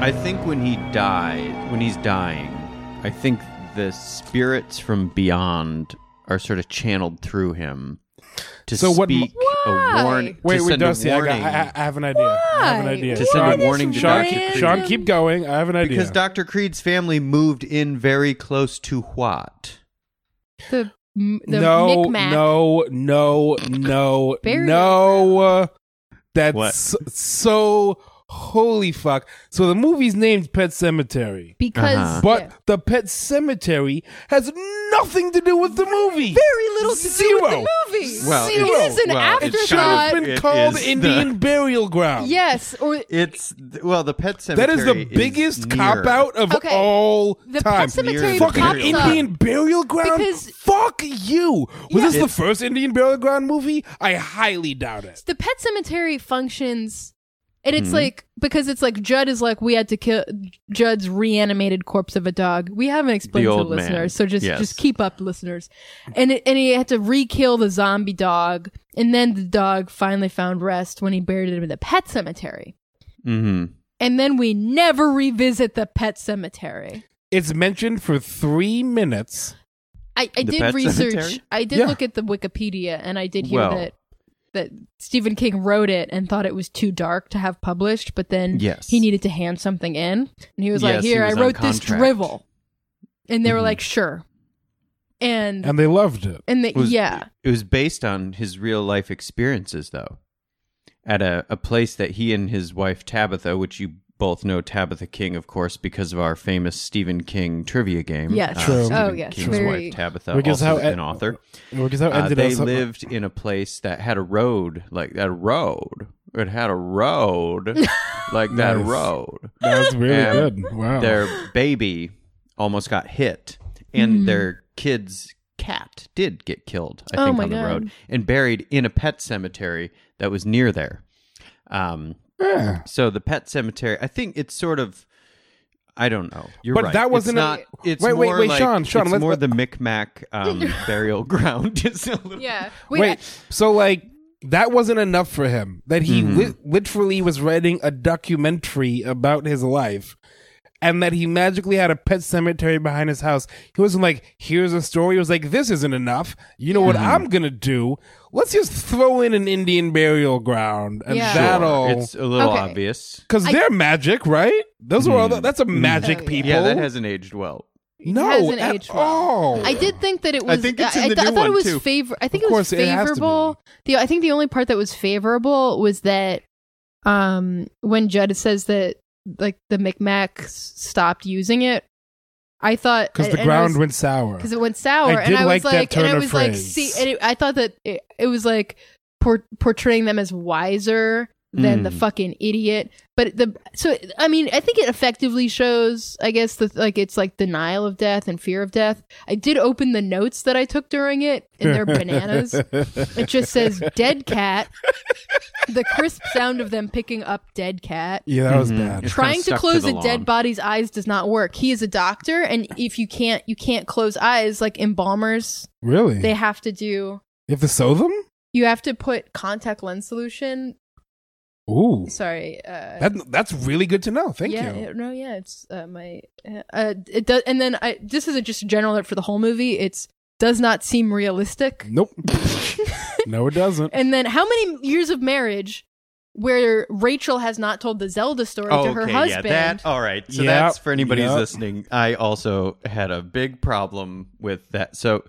S8: I think when he died, when he's dying, I think the spirits from beyond are sort of channeled through him to
S9: So what-
S8: speak a
S10: Why?
S8: warning.
S9: Wait,
S8: to
S9: wait,
S8: send a
S9: Darcy, I, got,
S8: warning.
S9: I, I have an idea. I have an
S10: Why?
S9: idea.
S10: To
S8: send a
S9: Sean,
S8: warning to
S9: Sean,
S8: Dr. Creed.
S9: Sean, keep going. I have an idea.
S8: Because Dr. Creed's family moved in very close to what?
S10: The, m- the
S9: no,
S10: knick-knack.
S9: no, no, no,
S10: Burial
S9: no. That's
S8: What?
S9: So, so holy fuck. So the movie's named Pet Cemetery,
S10: Because.
S8: Uh-huh.
S9: but
S10: yeah.
S9: the Pet Cemetery has nothing to do with the movie.
S10: Very little to do
S9: Zero.
S10: with the movie.
S8: Well,
S10: it is an
S8: well, it
S9: Should have
S10: afterthought.
S8: should
S9: been
S8: It
S9: called
S8: is the-
S9: Indian Burial Ground.
S10: Yes, or
S8: It's well, the pet
S9: That
S8: cemetery.
S9: is the biggest
S8: near.
S9: cop out of
S10: Okay.
S9: all
S10: The
S9: time.
S10: Pet Cemetery
S8: Near
S9: Fucking
S10: pops
S8: Burial Ground.
S9: Indian burial ground.
S10: Because-
S9: Fuck you. Was
S10: Yeah.
S9: this the first Indian burial ground movie? I highly doubt it.
S10: up. The Pet Cemetery functions And it's
S8: Mhm.
S10: like because it's like Judd is like we had to kill Judd's reanimated corpse of a dog. We haven't explained
S8: The
S10: to the
S8: old man.
S10: listeners, so just
S8: Yes.
S10: just keep up, listeners. And it, and he had to re-kill the zombie dog, and then the dog finally found rest when he buried him in the pet cemetery.
S8: Mm-hmm.
S10: And then we never revisit the pet cemetery.
S9: It's mentioned for three minutes.
S10: I, I
S9: The
S10: did
S9: pet
S10: research.
S9: cemetery?
S10: I did
S9: Yeah.
S10: look at the Wikipedia, and I did hear
S8: Well.
S10: that that Stephen King wrote it and thought it was too dark to have published, but then
S8: Yes.
S10: he needed to hand something in, and he was
S8: Yes,
S10: like,
S8: he
S10: "Here,
S8: was
S10: I
S8: on
S10: wrote this
S8: contract." Mm-hmm.
S10: drivel," and they were like, "Sure," and
S9: And they loved it.
S10: and they,
S8: was-
S10: yeah,
S8: It was based on his real life experiences, though, at a, a place that he and his wife Tabitha, which you both know Tabitha King, of course, because of our famous Stephen King trivia game.
S10: Yes.
S8: Uh,
S10: True.
S8: Stephen
S10: Oh, yes,
S8: King's
S10: very-
S8: wife Tabitha,
S9: Which is
S8: also
S9: how
S8: an
S9: Ed-
S8: author.
S9: which is how
S8: Uh,
S9: ended
S8: they
S9: us up-
S8: lived in a place that had a road, like that road. It had a road, like that
S9: Nice.
S8: road.
S9: That was really
S8: And
S9: good. Wow.
S8: Their baby almost got hit, and
S9: Mhm.
S8: their kid's cat did get killed, I
S10: Oh
S8: think,
S10: my
S8: on the
S10: God.
S8: road and buried in a pet cemetery that was near there. Um,
S9: Yeah.
S8: So the pet cemetery, I think it's sort of. I don't know. You're
S9: But
S8: right.
S9: that wasn't
S8: it's
S9: a-
S8: not. It's
S9: Wait, wait,
S8: more
S9: wait,
S8: like-
S9: Sean, Sean,
S8: It's
S9: let's-
S8: more the Micmac um, burial ground. It's a little-
S10: yeah.
S9: Wait, so like that wasn't enough for him that he
S10: Mm-hmm.
S8: Mhm.
S9: li- literally was writing a documentary about his life and that he magically had a pet cemetery behind his house. He wasn't like, here's a story. He was like, this isn't enough. You know
S10: Mm-hmm.
S9: what I'm going to do? Let's just throw in an Indian burial ground and
S10: Yeah. Sure.
S9: that'll.
S8: It's a little
S10: Okay.
S8: obvious.
S9: Because
S10: I- Mm-hmm.
S9: they're magic, right? Those are all. The, that's a magic people.
S8: Yeah, that hasn't aged well.
S9: no,
S10: hasn't
S9: at
S10: aged well.
S9: all.
S10: I did think that it
S8: I
S10: was.
S8: think it's in
S10: I,
S8: the
S10: thought- I
S8: new
S10: thought it
S8: one,
S10: was
S8: too.
S10: favor. I think
S9: Of
S10: it was
S9: course, it has to be.
S10: favorable. the I think the only part that was favorable was that um when Judd says that like the Micmacs stopped using it. I thought
S9: Because the ground went sour.
S10: because it went sour,
S9: I
S10: and
S9: did
S10: I was
S9: like that
S10: like, and
S9: turn
S10: I
S9: of
S10: was like,
S9: phrase.
S10: see, and it, I thought that it, it was like por- portraying them as wiser than the
S9: Hmm.
S8: Mm.
S10: fucking idiot. But the so I mean, I think it effectively shows, I guess, that like it's like denial of death and fear of death. I did open the notes that I took during it, and they're bananas. It just says dead cat. The crisp sound of them picking up dead cat.
S9: Yeah, that was
S10: Mm-hmm.
S8: Mhm.
S9: bad.
S8: It's kinda
S10: Trying
S8: stuck
S10: to close
S8: the
S10: a
S8: lawn.
S10: dead body's eyes does not work. He is a doctor, and if you can't, you can't close eyes like embalmers.
S9: Really?
S10: They have to do.
S9: you have to sew them?
S10: You have to put contact lens solution.
S9: Ooh.
S10: Sorry. Uh,
S9: That, that's really good to know. Thank
S10: yeah,
S9: you.
S10: yeah, No. Yeah. It's uh, my. Uh, it does. And then I. This isn't just a general note for the whole movie. It's does not seem realistic.
S9: Nope. no, it doesn't.
S10: And then how many years of marriage where Rachel has not told the Zelda story to her husband?
S8: Oh, Yeah, that, all right. So
S9: Yep,
S8: that's for anybody who's
S9: yep.
S8: listening. I also had a big problem with that. So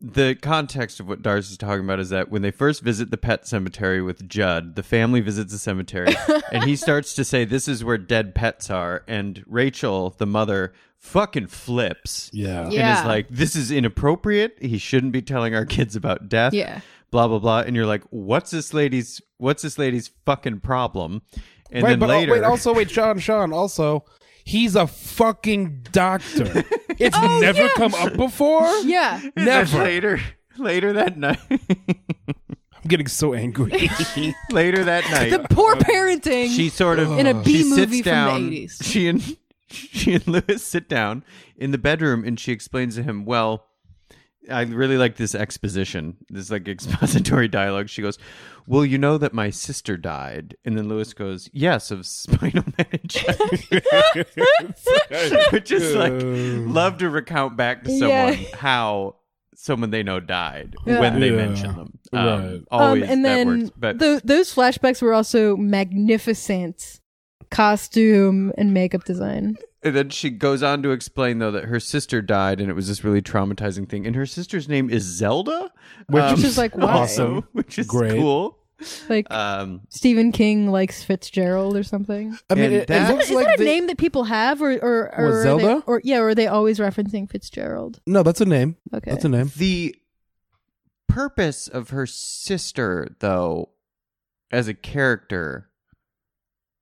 S8: the context of what Dars is talking about is that when they first visit the pet cemetery with Judd, the family visits the cemetery and he starts to say, This is where dead pets are. And Rachel, the mother, fucking flips.
S9: Yeah.
S10: Yeah.
S8: And is like, This is inappropriate. He shouldn't be telling our kids about death.
S10: Yeah.
S8: Blah blah blah, and you're like, "What's this lady's? What's this lady's fucking problem?" And
S9: Right,
S8: then
S9: but oh,
S8: later,
S9: wait, also, wait, Sean, Sean, also, he's a fucking doctor. It's never
S10: Oh, yeah.
S9: come up before.
S10: Yeah.
S8: And then
S9: Never.
S8: later later that night
S9: I'm getting so angry.
S8: later that
S10: The
S8: night
S10: poor parenting.
S8: she sort of
S10: In a B
S8: she sits
S10: movie from the
S8: down,
S10: 80s.
S8: she and she and lewis sit down in the bedroom and she explains to him well i really like this exposition this like expository dialogue she goes well you know that my sister died and then lewis goes yes of spinal meningitis which is like love to recount back to
S10: Yeah.
S8: someone how someone they know died
S10: Yeah.
S8: when they
S9: Yeah.
S8: mention them um,
S9: Right.
S8: always
S10: um, and then
S8: that works but
S10: tho- those flashbacks were also magnificent costume and makeup design.
S8: And then she goes on to explain though that her sister died and it was this really traumatizing thing. And her sister's name is Zelda, Uh,
S9: Which
S10: is like, why?
S9: Awesome.
S8: which is
S9: Great.
S8: cool.
S10: Like
S8: Um,
S10: Stephen King likes Fitzgerald or something.
S9: I mean,
S8: And
S9: it, it
S8: that-
S9: looks
S10: Is
S9: like
S10: that a
S9: they-
S10: name that people have, or or, or
S9: What,
S10: are they-
S9: Zelda?
S10: or yeah, or are they always referencing Fitzgerald?
S9: No, that's a name.
S10: Okay.
S9: That's a name.
S8: the purpose of her sister, though, as a character,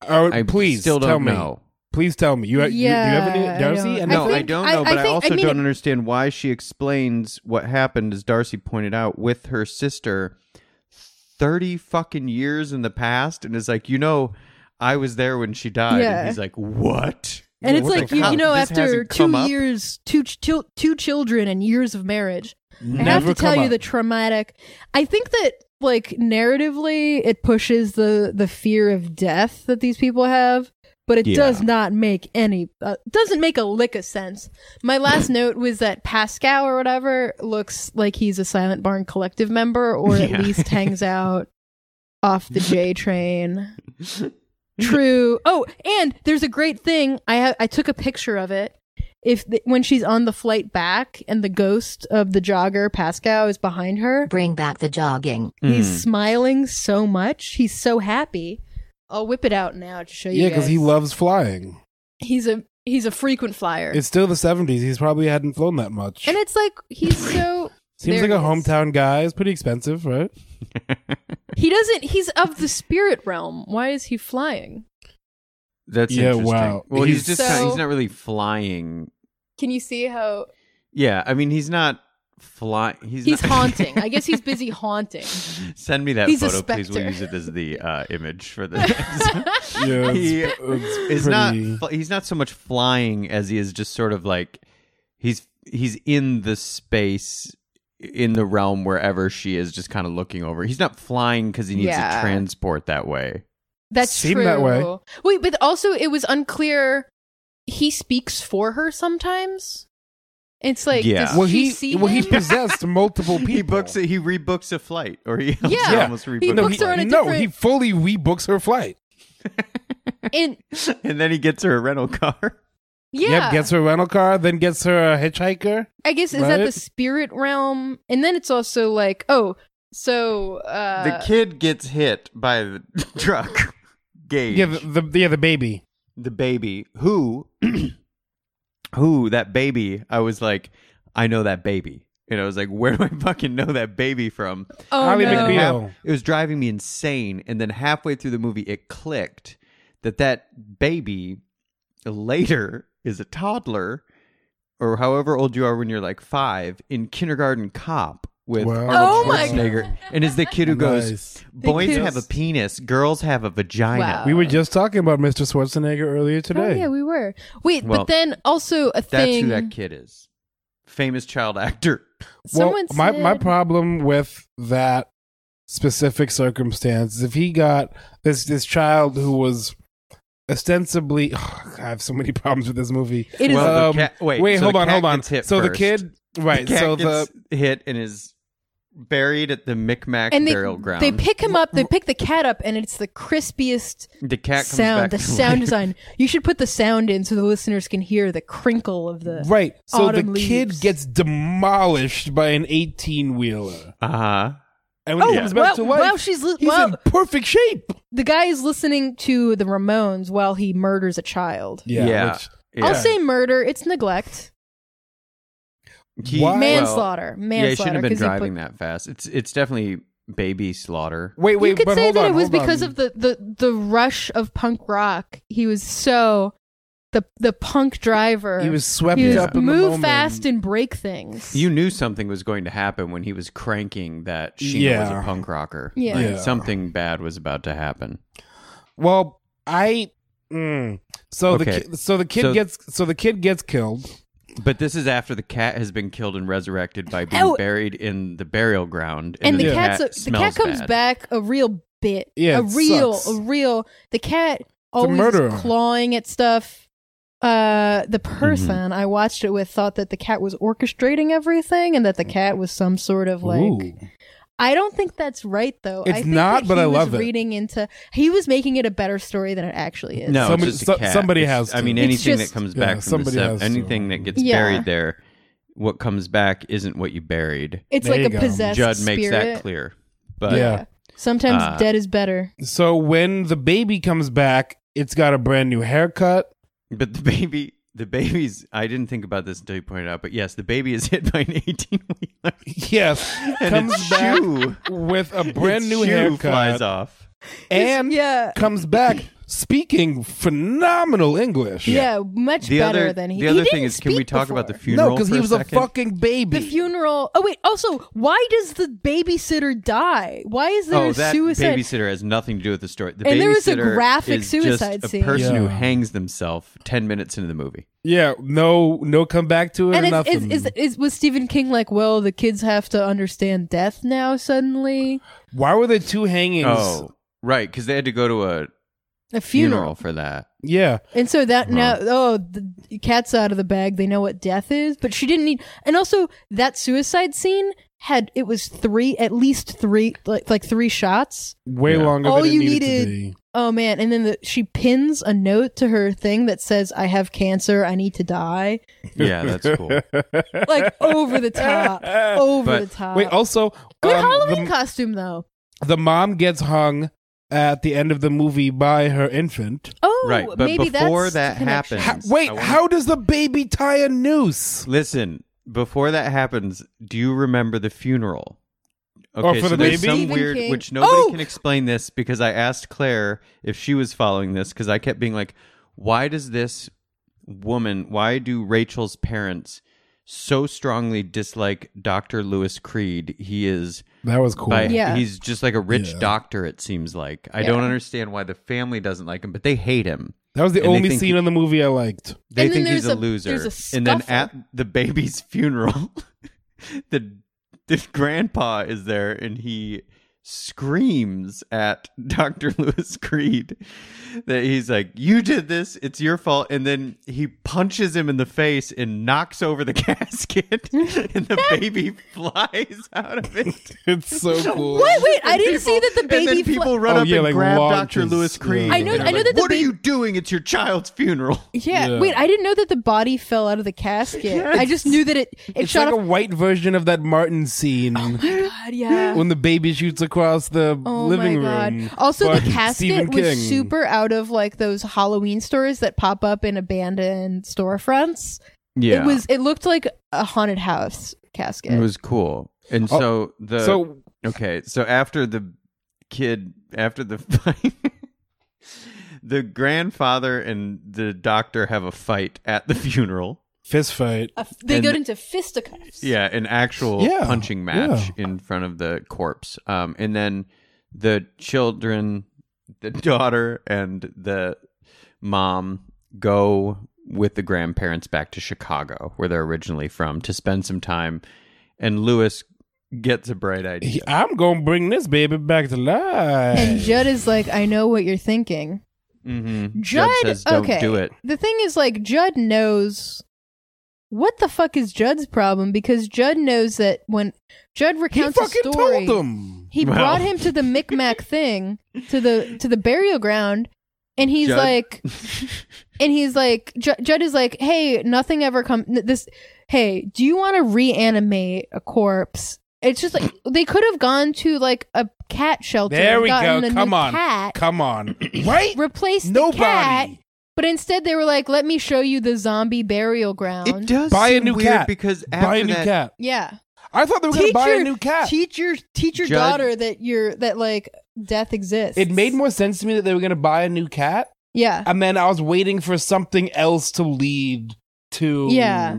S9: Oh,
S8: I
S9: please
S8: still don't
S9: tell me.
S8: know.
S9: Please tell me. You, you- you, have
S10: Yeah, I
S9: any? Darcy?
S10: don't-
S9: Any-
S8: No, I,
S10: think-
S8: don't
S10: I-
S8: know,
S10: I
S8: but I,
S10: think- I
S8: also
S10: mean-
S8: don't understand why she explains what happened, as Darcy pointed out, with her sister 30 fucking years in the past and is like, you know, I was there when she died.
S10: Yeah.
S8: And he's like, what?
S10: And it's
S8: What
S10: like
S8: the
S10: you,
S8: fuck?
S10: you know,
S8: This
S10: after
S8: hasn't come
S10: two
S8: up?
S10: years, two ch- til- two children, and years of marriage, I have
S9: Never
S10: to tell
S9: come
S10: you
S9: up.
S10: the traumatic. I think that like narratively, it pushes the the fear of death that these people have, but it
S8: Yeah.
S10: does not make any uh, doesn't make a lick of sense. My last note was that Pascal or whatever looks like he's a Silent Barn Collective member, or at
S8: Yeah.
S10: least hangs out off the J train. True. Oh, and there's a great thing. I ha- I took a picture of it. If the- when she's on the flight back and the ghost of the jogger Pascal is behind her,
S6: Bring back the jogging.
S8: Mm.
S9: Hmm.
S10: he's smiling so much. He's so happy. I'll whip it out now to show you.
S9: Yeah, because he
S10: guys.
S9: loves flying.
S10: he's a he's a frequent flyer,
S9: It's still the 70s. He's probably hadn't flown that much.
S10: and it's like he's so.
S9: Seems
S10: there
S9: like a
S10: it is.
S9: hometown guy. It's pretty expensive, right?
S10: He doesn't. He's of the spirit realm. Why is he flying?
S8: That's
S9: Yeah,
S8: interesting.
S9: wow.
S8: Well, he's,
S10: He's-
S8: just kind of, he's
S10: So-
S8: not really flying.
S10: Can you see how
S8: Yeah, I mean, he's not flying. He's,
S10: he's
S8: not-
S10: haunting? I guess he's busy haunting.
S8: Send me that
S10: He's a
S8: photo, please. We'll
S10: specter.
S8: use it as the uh, image for the. episode.
S9: Yeah. it's-
S8: He
S9: it's
S8: is
S9: pretty-
S8: not. fl- He's not so much flying as he is just sort of like he's he's in the space in the realm wherever she is, just kind of looking over. He's not flying because he needs to
S10: Yeah.
S8: transport that way.
S10: That's
S9: Seemed
S10: true.
S9: that way.
S10: Wait, but also it was unclear. He speaks for her sometimes. It's like
S8: Yeah.
S10: does
S9: Well,
S10: she
S9: he
S10: see
S9: well he
S10: him?
S9: possessed multiple people.
S8: He books it. He rebooks a flight, or he almost-
S10: Yeah. Yeah.
S8: almost
S10: He
S8: rebooks.
S10: books
S8: a
S10: her
S8: flight.
S10: on a
S9: no,
S10: different-
S9: he fully rebooks her flight.
S10: and
S8: and then he gets her a rental car.
S10: yeah,
S9: Yep, gets her a rental car, then gets her a hitchhiker.
S10: I guess is that the
S9: right?
S10: spirit realm? And then it's also like oh, so uh,
S8: the kid gets hit by the truck. Gage.
S9: Yeah, the, the yeah the baby.
S8: the baby who who that baby i was like i know that baby and i was like where do i fucking know that baby from
S10: oh
S9: Ally
S10: no.
S9: McBeal.
S8: Half- it was driving me insane and then halfway through the movie it clicked that that baby later is a toddler or however old you are when you're like five in kindergarten cop with
S9: Wow.
S8: Arnold
S10: Oh my
S8: Schwarzenegger, and is the kid who goes,
S9: Nice.
S8: "Boys
S10: kid-
S8: have a penis, girls have a vagina."
S10: Wow.
S9: We were just talking about Mr. Schwarzenegger earlier
S10: Oh,
S9: today.
S10: yeah, we were. Wait,
S8: Well,
S10: but then also a
S8: That's
S10: thing.
S8: who that kid is. Famous child actor.
S9: well,
S10: Someone
S9: my my
S10: said-
S9: problem with that specific circumstance is if he got this this child who was ostensibly I have so many problems with this movie. Um,
S10: It is
S8: Well, the cat- wait,
S9: wait,
S8: so
S9: hold
S8: the
S9: on,
S8: cat
S9: hold on.
S8: gets hit
S9: So the
S8: first.
S9: kid, right?
S8: The cat
S9: so the
S8: gets hit and is buried at the Micmac
S10: and they,
S8: burial ground.
S10: they pick him up. They pick the cat up, and it's the crispiest.
S8: the cat comes
S10: sound
S8: back
S10: the
S8: to
S10: sound
S8: life.
S10: design you should put the sound in so the listeners can hear the crinkle of the
S9: right. So the
S10: autumn
S9: kid
S10: leaves.
S9: gets demolished by an eighteen wheeler,
S8: Uh-huh.
S9: and when
S10: Oh,
S9: he comes back
S10: wow-
S9: to life,
S10: wow, she's li-
S9: he's
S10: wow.
S9: in perfect shape.
S10: the guy is listening to the ramones while he murders a child
S8: Yeah. yeah.
S9: which-
S10: i'll say murder it's neglect
S8: He-
S9: Why-
S8: well,
S10: manslaughter
S8: yeah, he shouldn't
S10: manslaughter
S8: have been
S10: 'cause he put-
S8: driving that fast. It's it's definitely baby slaughter.
S9: wait, wait,
S10: you could
S9: but
S10: say
S9: hold
S10: that
S9: on,
S10: it was
S9: hold on.
S10: because of the, the the rush of punk rock he was so the the punk driver
S9: he was swept
S10: he was
S9: up in the
S10: move
S9: moment.
S10: fast and break things
S8: You knew something was going to happen when he was cranking that Sheena was a
S9: Yeah.
S8: punk rocker.
S10: Yeah.
S8: Like,
S9: Yeah.
S8: Something bad was about to happen.
S9: Well, I mm, so
S8: Okay.
S9: the ki- so the kid
S8: So-
S9: gets so the kid gets killed.
S8: But this is after the cat has been killed and resurrected by being
S10: Oh.
S8: buried in the burial ground,
S10: and the
S8: then
S10: cat's a, the cat
S8: smells
S10: comes
S8: bad.
S10: back a real bit.
S9: Yeah,
S10: a
S9: it
S10: real,
S9: sucks.
S10: a real. The cat always
S9: murderer.
S10: is clawing at stuff. Uh, the
S8: Mm-hmm.
S10: person I watched it with thought that the cat was orchestrating everything and that the cat was some sort of like.
S9: Ooh.
S10: I don't think that's right though. I
S9: It's
S10: think
S9: not,
S10: that
S9: but
S10: he
S9: I
S10: was
S9: love it.
S10: Reading into, he was making it a better story than it actually is.
S8: No,
S9: Somebody-
S8: it's just
S9: so-
S8: a cat.
S9: somebody
S8: It's-
S9: has to.
S8: I mean,
S10: It's
S8: anything
S10: just-
S8: that comes
S9: Yeah,
S8: back from the
S9: somebody
S8: sep-
S9: has to.
S8: anything that gets
S10: Yeah.
S8: buried there, what comes back isn't what you buried.
S10: it's
S9: There
S10: like
S9: you
S10: a
S9: go.
S10: possessed
S8: Judd makes
S10: spirit.
S8: that clear. But
S9: Yeah.
S10: Sometimes
S8: Uh,
S10: dead is better.
S9: So when the baby comes back, it's got a brand new haircut.
S8: but the baby, the baby's. I didn't think about this until you pointed out. But yes, the baby is hit by an eighteen wheeler.
S9: Yes, comes back
S8: shoe,
S9: with a brand
S8: its
S9: new
S8: shoe
S9: haircut
S8: flies off.
S9: and
S10: Yeah.
S9: comes back speaking phenomenal English.
S10: Yeah, much
S8: The
S10: better
S8: other-
S10: than he.
S8: the
S10: he
S8: other
S10: didn't
S8: thing is, can we
S10: speak
S8: talk about
S10: before.
S8: the funeral
S9: no, because he
S8: for a
S9: was a,
S8: second?
S9: fucking baby.
S10: The funeral. Oh wait. Also, why does the babysitter die? Why is there
S8: oh,
S10: a
S8: that
S10: suicide?
S8: babysitter has nothing to do with the story. The
S10: And there is a
S8: babysitter
S10: graphic
S8: is
S10: suicide
S8: just
S10: scene.
S8: A person who
S9: Yeah.
S8: hangs themselves ten minutes into the movie.
S9: yeah, no, no, come back to it
S10: and
S9: or
S10: it's,
S9: nothing.
S10: is, is, is was Stephen King like, well, the kids have to understand death now suddenly?
S9: Why were there two hangings?
S8: Oh, right, because they had to go to a
S10: A funeral,
S8: funeral for that.
S9: Yeah,
S10: and so that
S8: Wow.
S10: now, oh, the cat's out of the bag. They know what death is, but she didn't need. And also, that suicide scene had it was three, at least three, like like three shots.
S9: way
S8: Yeah.
S9: longer
S10: All
S9: than it
S10: you
S9: needed,
S10: needed-
S9: to be.
S10: Oh man! And then the, she pins a note to her thing that says, "I have cancer. I need to die."
S8: Yeah, that's cool.
S10: Like over the top, over
S8: But-
S10: the top.
S9: Wait, also,
S10: Uh, good
S9: um,
S10: Halloween
S9: the,
S10: costume though.
S9: the mom gets hung at the end of the movie by her infant.
S10: Oh,
S8: right, but
S10: maybe
S8: before
S10: that's
S8: that
S10: the connection.
S8: happens,
S9: Ha- wait,
S8: I wanna-
S9: how does the baby tie a noose?
S8: Listen, before that happens, do you remember the funeral?
S9: Oh, for the
S8: there's
S9: baby?
S8: some
S10: Stephen
S8: weird,
S10: King.
S8: which nobody
S10: Oh!
S8: can explain this because I asked Claire if she was following this because I kept being like, why does this woman, why do Rachel's parents so strongly dislike Dr. Lewis Creed? He is
S9: That was cool.
S8: by,
S10: Yeah.
S8: he's just like a rich
S9: Yeah.
S8: doctor, it seems like. I don't
S10: Yeah.
S8: understand why the family doesn't like him, but they hate him.
S9: That was the
S8: And they
S9: only
S8: think
S9: scene
S8: he-
S9: in the movie I liked.
S8: They
S10: And then
S8: think he's
S10: there's
S8: a,
S10: a-
S8: loser.
S10: there's a
S8: and then
S10: scuffle.
S8: at the baby's funeral, the the grandpa is there and he screams at Dr. Lewis Creed that he's like, You did this, it's your fault. And then he punches him in the face and knocks over the casket and the baby flies out of it.
S9: It's so cool.
S10: Wait, wait, I didn't see
S8: People-
S10: that the
S8: and then
S10: baby. fl-
S8: people run
S9: Oh,
S8: up
S9: yeah,
S8: and
S9: like
S8: grab Dr.
S9: launches.
S8: Lewis Creed.
S9: Yeah.
S10: I know-
S8: And they're
S10: I know
S8: like,
S10: that the
S8: What are
S10: ba-
S8: you doing? It's your child's funeral.
S10: yeah,
S9: Yeah.
S10: wait, I didn't know that the body fell out of the casket. I just knew that it it
S9: It's
S10: shot
S9: like a
S10: up.
S9: white version of that Martin scene
S10: God, yeah.
S9: when the baby shoots across the
S10: Oh
S9: living
S10: my
S9: room.
S10: god! Also,
S9: by
S10: the
S9: Stephen
S10: casket was
S9: King.
S10: super out of like those Halloween stores that pop up in abandoned storefronts. It was. It looked like a haunted house casket.
S8: It was cool. And
S9: Oh,
S8: so the
S9: so
S8: okay, so after the kid after the fight the grandfather and the doctor have a fight at the funeral.
S9: fist fight.
S10: A f- they got
S8: and-
S10: into fisticuffs.
S8: Yeah, an actual
S9: Yeah,
S8: punching match in front of the corpse. Um and then the children, the daughter and the mom go with the grandparents back to Chicago where they're originally from to spend some time and Lewis gets a bright idea.
S9: He- I'm gonna bring this baby back to life.
S10: And Judd is like, I know what you're thinking.
S8: Mm-hmm.
S10: Judd,
S8: says, "Don't
S10: okay.
S8: do it."
S10: The thing is, like, Judd knows what the fuck is Judd's problem because Judd knows that when Judd
S9: he
S10: recounts
S9: fucking
S10: a story,
S9: told him.
S10: he
S8: Well.
S10: brought him to the Micmac thing, to the to the burial ground, and he's
S8: Judd-
S10: like, and he's like, J- Judd is like, hey, nothing ever come n- this. Hey, do you want to reanimate a corpse? It's just like they could have gone to like a cat shelter.
S9: There
S10: and
S9: we
S10: gotten
S9: go.
S10: a
S9: Come
S10: new
S9: on.
S10: cat
S9: Come on. Right?
S10: replace
S9: Nobody.
S10: the cat, but instead they were like, "Let me show you the zombie burial ground."
S8: It does
S9: Buy a
S8: seem
S9: new
S8: weird
S9: cat.
S8: because after
S9: Buy a new
S8: that,
S9: cat.
S10: yeah,
S9: I thought they were gonna buy a new cat.
S10: teach your teach your
S8: Judge-
S10: daughter that you're that like death exists.
S9: it made more sense to me that they were gonna buy a new cat,
S10: yeah.
S9: and then I was waiting for something else to lead to
S10: Yeah.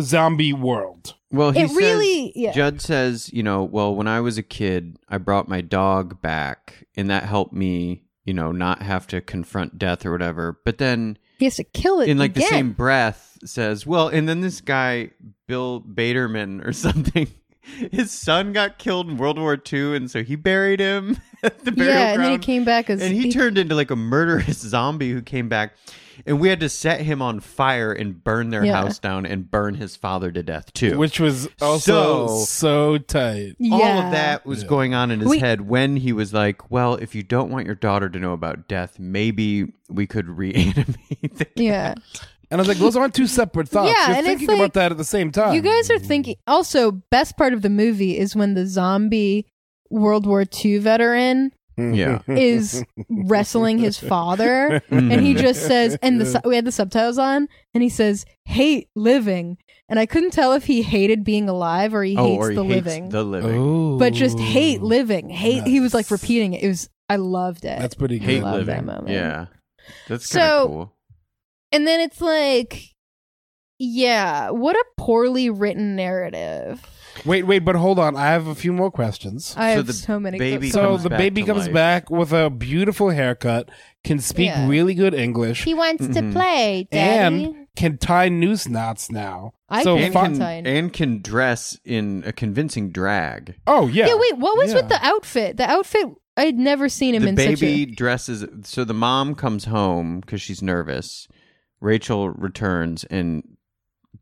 S9: zombie world.
S8: Well, he
S10: It
S8: says,
S10: really- yeah.
S8: Judd says, you know, well, when I was a kid, I brought my dog back, and that helped me, you know, not have to confront death or whatever. But then,
S10: He has to kill it
S8: in like
S10: again.
S8: the same breath, says, well, and then this guy Bill Baderman or something. His son got killed in World War II, and so he buried him at the burial
S10: yeah, and then he
S8: ground.
S10: came back as
S8: and he, turned into like a murderous zombie who came back and we had to set him on fire and burn their
S10: Yeah.
S8: house down and burn his father to death too
S9: Which was also
S8: So-
S9: so, tight.
S10: Yeah.
S8: all of that was going on in his
S10: We-
S8: head when he was like well if you don't want your daughter to know about death maybe we could reanimate the
S10: Yeah,
S9: And I was like, those aren't two separate thoughts.
S10: Yeah,
S9: You're
S10: and it's
S9: thinking
S10: like-
S9: about that at the same time.
S10: you guys are thinking. Also, best part of the movie is when the zombie World War II veteran
S9: Mm-hmm.
S8: yeah
S10: is wrestling his father and
S8: Mm-hmm.
S10: he just says and the su- we had the subtitles on and he says hate living and i couldn't tell if he hated being alive or he
S8: oh
S10: hates
S8: or he
S10: the
S8: hates
S10: living
S8: the living
S9: Oh.
S10: but just hate living hate he was like
S9: Nice.
S10: repeating it it was I loved it.
S9: That's pretty good.
S8: Hate
S10: love
S8: living.
S10: that moment.
S8: Yeah, that's kind of
S10: So-
S8: cool.
S10: And then it's like, yeah, what a poorly written narrative.
S9: Wait, wait, but hold on. I have a few more questions.
S10: I
S8: So the
S10: have so many.
S8: baby
S9: so
S8: comes
S9: Oh, the
S8: back
S9: baby
S8: to
S9: comes
S8: life.
S9: back with a beautiful haircut, can speak
S10: Yeah.
S9: really good English,
S10: he wants
S8: Mhm.
S10: to play, Daddy.
S9: and can tie noose knots now.
S10: I
S9: so
S10: can
S8: And
S9: fi-
S10: tie
S8: can, and can dress in a convincing drag.
S9: Oh yeah.
S10: yeah, wait, what was
S9: Yeah.
S10: with the outfit? The outfit I'd never seen him
S8: the
S10: in
S8: baby
S10: such
S8: dresses. So the mom comes home because she's nervous. Rachel returns and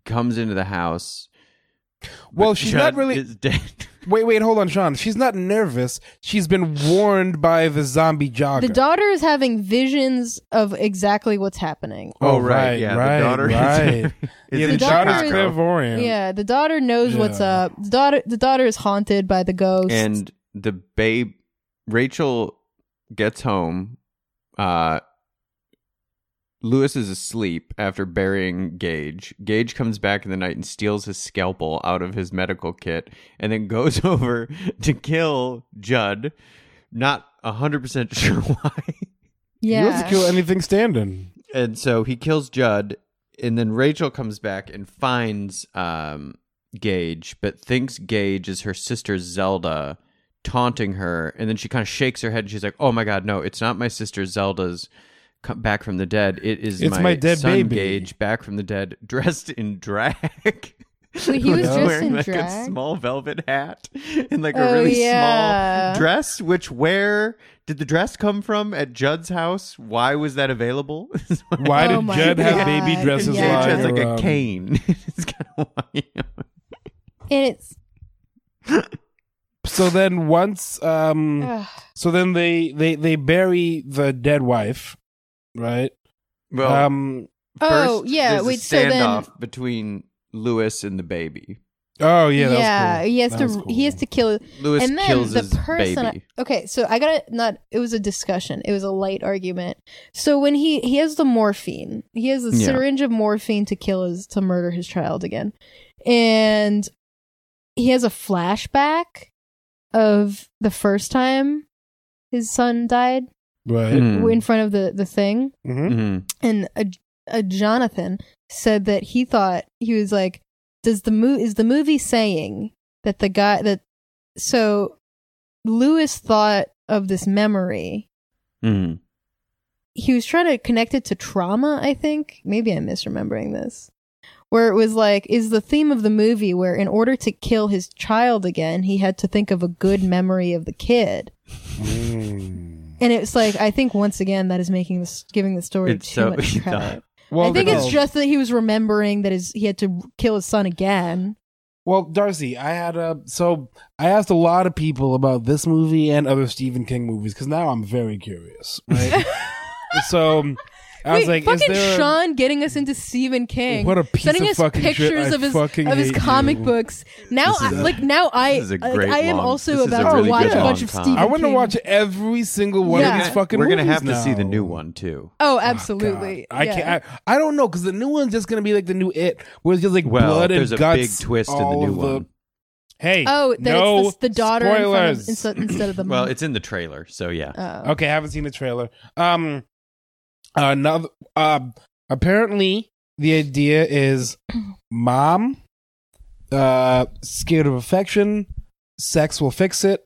S8: comes into the house.
S9: Well,
S8: but
S9: she's
S8: Judd
S9: not really-
S8: is dead.
S9: Wait, wait, hold on, Sean. She's not nervous. She's been warned by the zombie
S10: a
S9: jogger.
S10: the daughter is having visions of exactly what's happening.
S8: Oh, right, yeah, the
S9: right,
S8: daughter is-
S9: Right.
S8: is
S9: yeah,
S8: in
S9: the daughter's
S10: Chicago.
S9: clairvoyant.
S10: Yeah, the daughter knows what's
S9: Yeah.
S10: up. The daughter the daughter is haunted by the ghost.
S8: and the babe Rachel gets home. Uh Lewis is asleep after burying Gage. Gage comes back in the night and steals his scalpel out of his medical kit and then goes over to kill Judd. Not 100% sure why.
S9: You have
S10: yeah.
S9: to kill anything standing.
S8: And so he kills Judd and then Rachel comes back and finds um Gage but thinks Gage is her sister Zelda taunting her and then she kind of shakes her head and she's like, "Oh my god, no, it's not my sister Zelda's co- back from the dead. It is
S9: It's my dead
S8: son
S9: baby."
S8: Gage back from the dead dressed in drag."
S10: Wait, he was
S9: No.
S10: dressed
S8: wearing
S10: in
S8: like a
S10: drag?
S8: small velvet hat and like a
S10: Oh,
S8: really
S10: yeah.
S8: small dress. Which where did the dress come from at Judd's house? Why was that available? Is what
S9: Why
S10: Oh
S9: did
S10: my
S9: Judd have baby
S10: God,
S9: dresses
S10: yeah.
S8: Gage
S9: lying
S8: has like
S9: around?
S8: a cane. It's kinda wild.
S10: and it's
S9: So then once um
S10: ugh.
S9: so then they they they bury the dead wife, right?
S8: well,
S9: um
S10: Oh, yeah,
S8: there's a
S10: wait, so then-
S8: standoff between Lewis and the baby.
S9: oh yeah, that
S10: yeah, he has
S9: was cool. That was
S10: to
S9: cool.
S10: he has to kill
S8: Lewis
S10: and then
S8: kills
S10: the
S8: his
S10: person
S8: baby.
S10: okay so i gotta not it was a discussion it was a light argument so when he he has the morphine he has a
S8: Yeah.
S10: syringe of morphine to kill his to murder his child again and he has a flashback of the first time his son died
S8: Hmm.
S9: right.
S10: in front of the the thing
S9: hmm
S8: Mhm.
S10: and a, a Jonathan said that he thought he was like, does the mo- is the movie saying that the guy that so Lewis thought of this memory.
S8: Mhm.
S10: He was trying to connect it to trauma, I think. Maybe I'm misremembering this. Where it was like, is the theme of the movie where in order to kill his child again, he had to think of a good memory of the kid.
S9: Mm.
S10: And it's like, I think once again that is making this giving the story
S8: It's
S10: too
S8: so-
S10: much credit.
S9: Well, oh,
S10: I think it's
S9: no.
S10: just that he was remembering that his he had to kill his son again.
S9: Well, Darcy, I had a so I asked a lot of people about this movie and other Stephen King movies because now I'm very curious. Right? so um, I was
S10: Wait,
S9: like, is
S10: fucking
S9: there a-
S10: Sean getting us into Stephen King.
S9: What a piece
S10: sending
S9: of
S10: us
S9: fucking shit.
S10: pictures
S9: I
S10: of his
S9: fucking
S10: of his
S9: hate
S10: comic
S9: you.
S10: books. Now,
S8: This
S10: I,
S8: is a-
S10: like now, I
S8: this is a great
S10: I am
S8: long-
S10: also
S8: this is a
S10: about
S9: really
S10: to watch
S9: good
S10: a bunch
S8: long
S10: of
S8: time.
S10: Stephen.
S9: I want to
S10: King.
S9: watch every single one
S10: Yeah.
S9: of these fucking.
S8: We're gonna
S9: movies
S8: have to see the
S9: now.
S8: new one too.
S10: Oh,
S9: Ah, God.
S10: absolutely!
S9: I
S10: Yeah.
S9: can't. I, I don't know because the new one's just gonna be like the new it, where it's just like
S8: Well,
S9: blood and
S8: there's a
S9: guts.
S8: big twist in the
S9: all
S8: new
S9: of
S8: one.
S9: Hey,
S10: oh, that
S9: no
S10: it's the, the daughter in front of-
S9: spoilers.
S10: instead, instead of the
S8: Well,
S10: mom.
S8: it's in the trailer, so yeah.
S10: Oh.
S9: Okay, I haven't seen the trailer. Um, another. Um, apparently the idea is mom, uh, scared of affection, sex will fix it,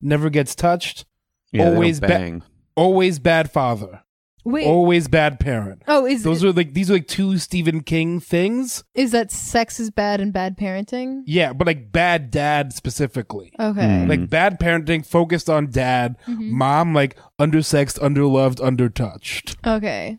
S9: never gets touched,
S8: Yeah, they don't
S9: always ba-
S8: bang.
S9: always bad father,
S10: Wait. Oh,
S9: always bad parent.
S10: is
S9: Those are like these are like two Stephen King things.
S10: is that sex is bad and bad parenting?
S9: Yeah, but like bad dad specifically.
S10: Okay. Mm-hmm.
S8: Mm.
S9: Like bad parenting focused on dad, mom like undersexed, underloved, undertouched.
S8: Hmm.
S10: Okay.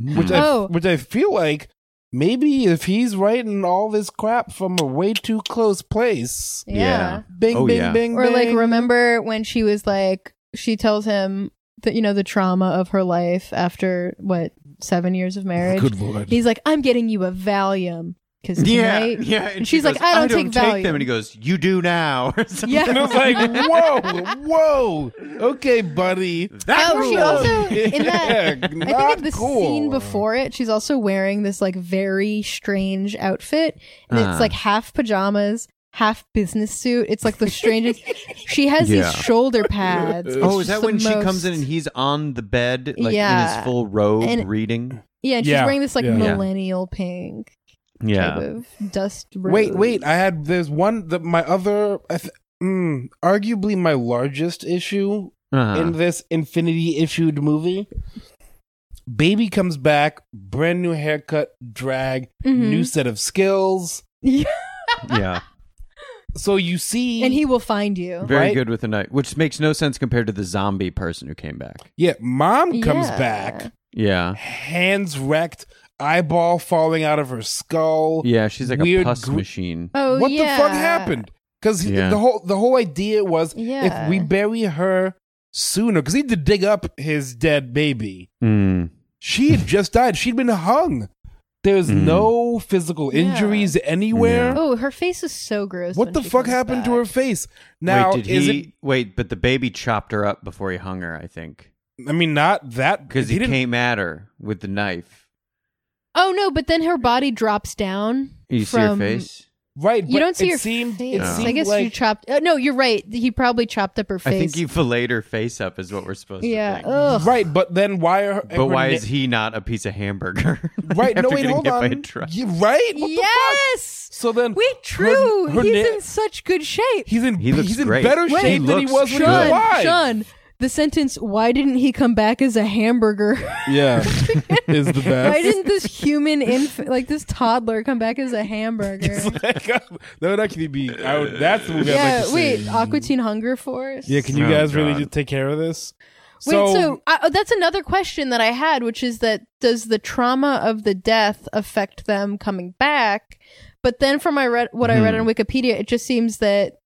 S9: Which I
S10: Oh.
S9: which I feel like maybe if he's writing all this crap from a way too close place.
S10: Yeah.
S8: Yeah.
S9: Bing
S8: Oh,
S9: bing
S8: yeah.
S9: bing.
S10: Or like
S9: bing.
S10: remember when she was like she tells him that you know the trauma of her life after what seven years of marriage.
S9: Good lord.
S10: He's like, I'm getting you a Valium because
S8: Yeah,
S10: tonight.
S8: yeah.
S10: And
S8: she
S10: she's like,
S8: goes,
S10: I don't take Valium.
S8: them. And he goes, "You do now." or something.
S10: Yeah.
S9: and I was like, whoa, whoa. Okay, buddy.
S8: That
S10: Oh, she
S8: rules.
S10: also in
S9: Yeah,
S10: that. I
S9: not
S10: think in the
S9: cool.
S10: scene before it, she's also wearing this like very strange outfit, and
S8: Uh.
S10: it's like half pajamas, half business suit. It's like the strangest. she has
S8: Yeah.
S10: these shoulder pads. It's
S8: Oh, is
S10: just
S8: that
S10: the
S8: when she
S10: most-
S8: comes in and he's on the bed, like in
S10: Yeah.
S8: his full robe,
S10: And-
S8: reading?
S10: Yeah, and she's
S9: Yeah,
S10: wearing this like
S9: yeah.
S8: Yeah.
S10: millennial pink type
S8: Yeah.
S10: of dust.
S9: Wait,
S10: rose.
S9: wait. I had there's one that my other, I th- mm, arguably my largest issue
S8: Uh-huh.
S9: in this Infinity issued movie. Baby comes back, brand new haircut, drag,
S10: Mhm.
S9: new set of skills.
S8: yeah.
S9: So you see,
S10: and he will find you.
S8: Very
S9: Right?
S8: good with the night, which makes no sense compared to the zombie person who came back.
S9: yeah, mom comes
S10: Yeah.
S9: back,
S8: Yeah.
S9: hands wrecked, eyeball falling out of her skull.
S8: Yeah, she's like a
S9: Weird
S8: pus
S9: gr-
S8: machine.
S10: Oh,
S9: what
S10: yeah.
S9: the fuck happened? Because
S8: Yeah.
S9: the whole the whole idea was
S10: Yeah.
S9: if we bury her sooner, because he had to dig up his dead baby.
S8: Mm.
S9: She had just died. She'd been hung. There's
S8: Mm.
S9: no physical
S10: Yeah.
S9: injuries anywhere.
S10: Oh, her face is so gross.
S9: What
S10: when
S9: the
S10: she
S9: fuck
S10: comes
S9: happened to
S10: back.
S9: her face? Now
S8: wait, did
S9: is
S8: he? Wait, but the baby chopped her up before he hung her. I think
S9: it? I mean, not that
S8: because he,
S9: didn't-
S8: came at her with the knife.
S10: Oh no! But then her body drops down.
S8: You see her
S10: from-
S8: face?
S9: right.
S10: You
S9: but
S10: don't see
S9: it
S10: her
S9: seemed,
S10: face.
S9: It
S8: No.
S9: seemed
S10: I guess you
S9: like
S10: chopped. Oh, no, you're right. He probably chopped up her face.
S8: I think he filleted her face up, is what we're supposed
S10: Yeah.
S8: to think.
S10: Ugh.
S9: right, but then why are
S8: but why is he not a piece of hamburger? Like,
S9: right? No,
S8: after
S9: wait,
S8: getting
S9: hold
S8: hit by a
S9: on.
S8: truck.
S9: You- right? What the fuck?
S10: yes.
S9: So then,
S10: Wait,
S9: her-
S10: true.
S9: her
S10: he's
S9: na-
S10: in such good shape.
S9: He's in
S8: He looks
S9: he's in
S8: great.
S9: better
S8: Wait.
S9: shape
S8: He
S9: than he
S8: looks
S9: was when he was
S8: good.
S9: alive.
S10: Sean. The sentence, "Why didn't he come back as a hamburger?
S9: Yeah, is the
S10: Why
S9: best.
S10: didn't this human infant, like this toddler, come back as a hamburger?"
S9: It's like, uh, that would actually be. I would, that's the movie. I'd
S10: yeah.
S9: like to
S10: wait,
S9: See.
S10: Aqua Teen Hunger Force.
S9: Yeah, can you
S8: Oh,
S9: guys really
S8: God.
S9: just take care of this?
S10: Wait, so, I, oh, that's another question that I had, which is that does the trauma of the death affect them coming back? But then, from I read what I read
S8: Hmm.
S10: on Wikipedia, it just seems that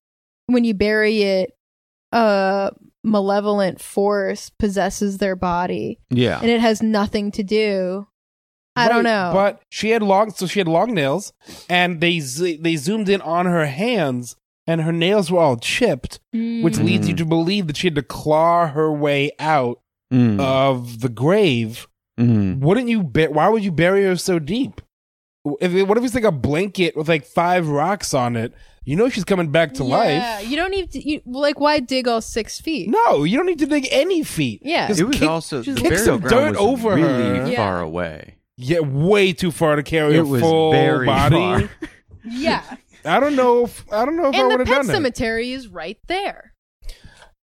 S10: when you bury it, a malevolent force possesses their body,
S8: Yeah.
S10: and it has nothing to do. I
S9: Right,
S10: don't know.
S9: But she had long, so she had long nails, and they z- they zoomed in on her hands, and her nails were all chipped, which
S10: Hmm.
S8: Mm.
S9: leads you to believe that she had to claw her way out
S8: Mm.
S9: of the grave.
S8: Mm.
S9: Wouldn't you? Ba- why would you bury her so deep? If it- what if it's like a blanket with like five rocks on it? You know she's coming back to
S10: Yeah,
S9: life.
S10: you don't need to. You, like, why dig all six feet?
S9: No, you don't need to dig any feet.
S10: Yeah.
S9: Just
S8: It was
S9: kick-
S8: also the
S9: kick
S8: burial
S9: some
S8: ground
S9: dirt
S8: was
S9: over her.
S8: really
S10: Yeah.
S8: far away.
S9: Yeah, way too far to carry
S8: It
S9: a
S8: was
S9: full
S8: very
S9: body.
S8: far.
S10: yeah.
S9: I don't know. If, I don't know if I
S10: and
S9: would
S10: the
S9: have
S10: pet
S9: done it.
S10: cemetery is right there.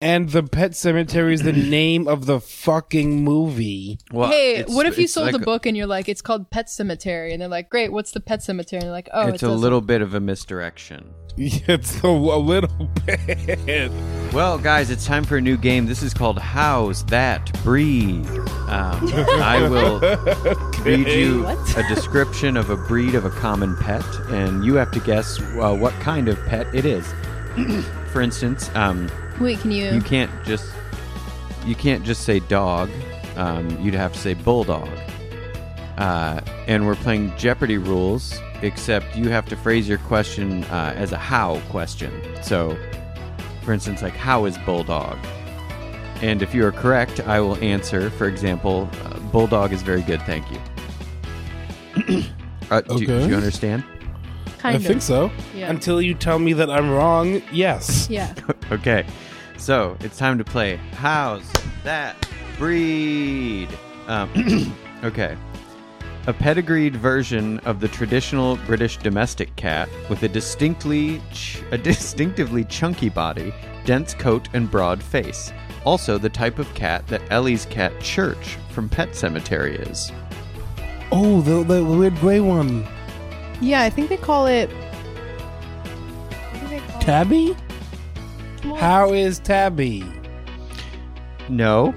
S9: And the pet cemetery is the name of the fucking movie.
S8: Well,
S10: hey,
S8: it's-
S10: what if you
S8: it's
S10: sold
S8: like
S10: a book and you're like, it's called Pet Cemetery, and they're like, great, what's the Pet Cemetery? And they're like, oh,
S8: it's a little bit of a misdirection.
S9: It's a, a little bit.
S8: Well, guys, it's time for a new game. This is called How's That Breed? Um, I will read you
S10: What?
S8: a description of a breed of a common pet, and you have to guess uh, what kind of pet it is. for instance, um,
S10: Wait, can you?
S8: you can't just you can't just say dog. Um, you'd have to say bulldog. Uh, and we're playing Jeopardy rules, except you have to phrase your question uh, as a how question. So, for instance, like how is bulldog? And if you are correct, I will answer. For example, uh, bulldog is very good. Thank you. uh, do, do
S9: Okay.
S8: you understand?
S10: kind
S9: I think so.
S10: Yeah.
S9: Until you tell me that I'm wrong, yes.
S10: Yeah.
S8: Okay, so it's time to play How's That Breed? Um, okay. A pedigreed version of the traditional British domestic cat with a distinctly ch- a distinctively chunky body, dense coat and broad face. Also the type of cat that Ellie's cat Church from Pet Cemetery is.
S9: Oh, the, the weird gray one.
S10: Yeah, I think they call it.
S9: Tabby? How is Tabby?
S8: No.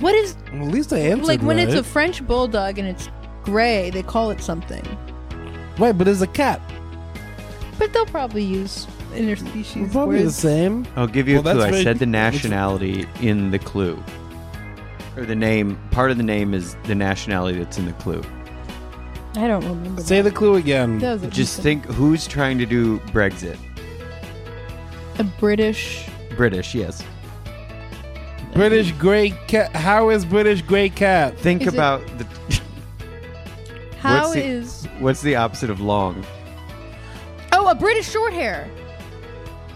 S10: What is
S9: Well, at least I answered
S10: like when it's a
S9: right.
S10: French bulldog and it's gray? They call it something,
S9: Right, but it's a cat.
S10: but they'll probably use interspecies
S9: It's probably the
S10: words.
S9: same.
S8: I'll give you
S9: Well,
S8: a clue.
S9: that's
S8: I
S9: very-
S8: said the
S9: that's-
S8: nationality in the clue. Or the name, part of the name is the nationality that's in the clue.
S10: I don't remember.
S9: Say the clue again.
S10: that. That was
S8: Just
S10: a-
S8: think who's trying to do Brexit?
S10: a British.
S8: British, yes.
S9: British gray cat. How is British gray cat?
S8: Think
S10: Is it-
S8: about the
S10: How
S8: the-
S10: is?
S8: what's the opposite of long?
S10: Oh, a British short hair.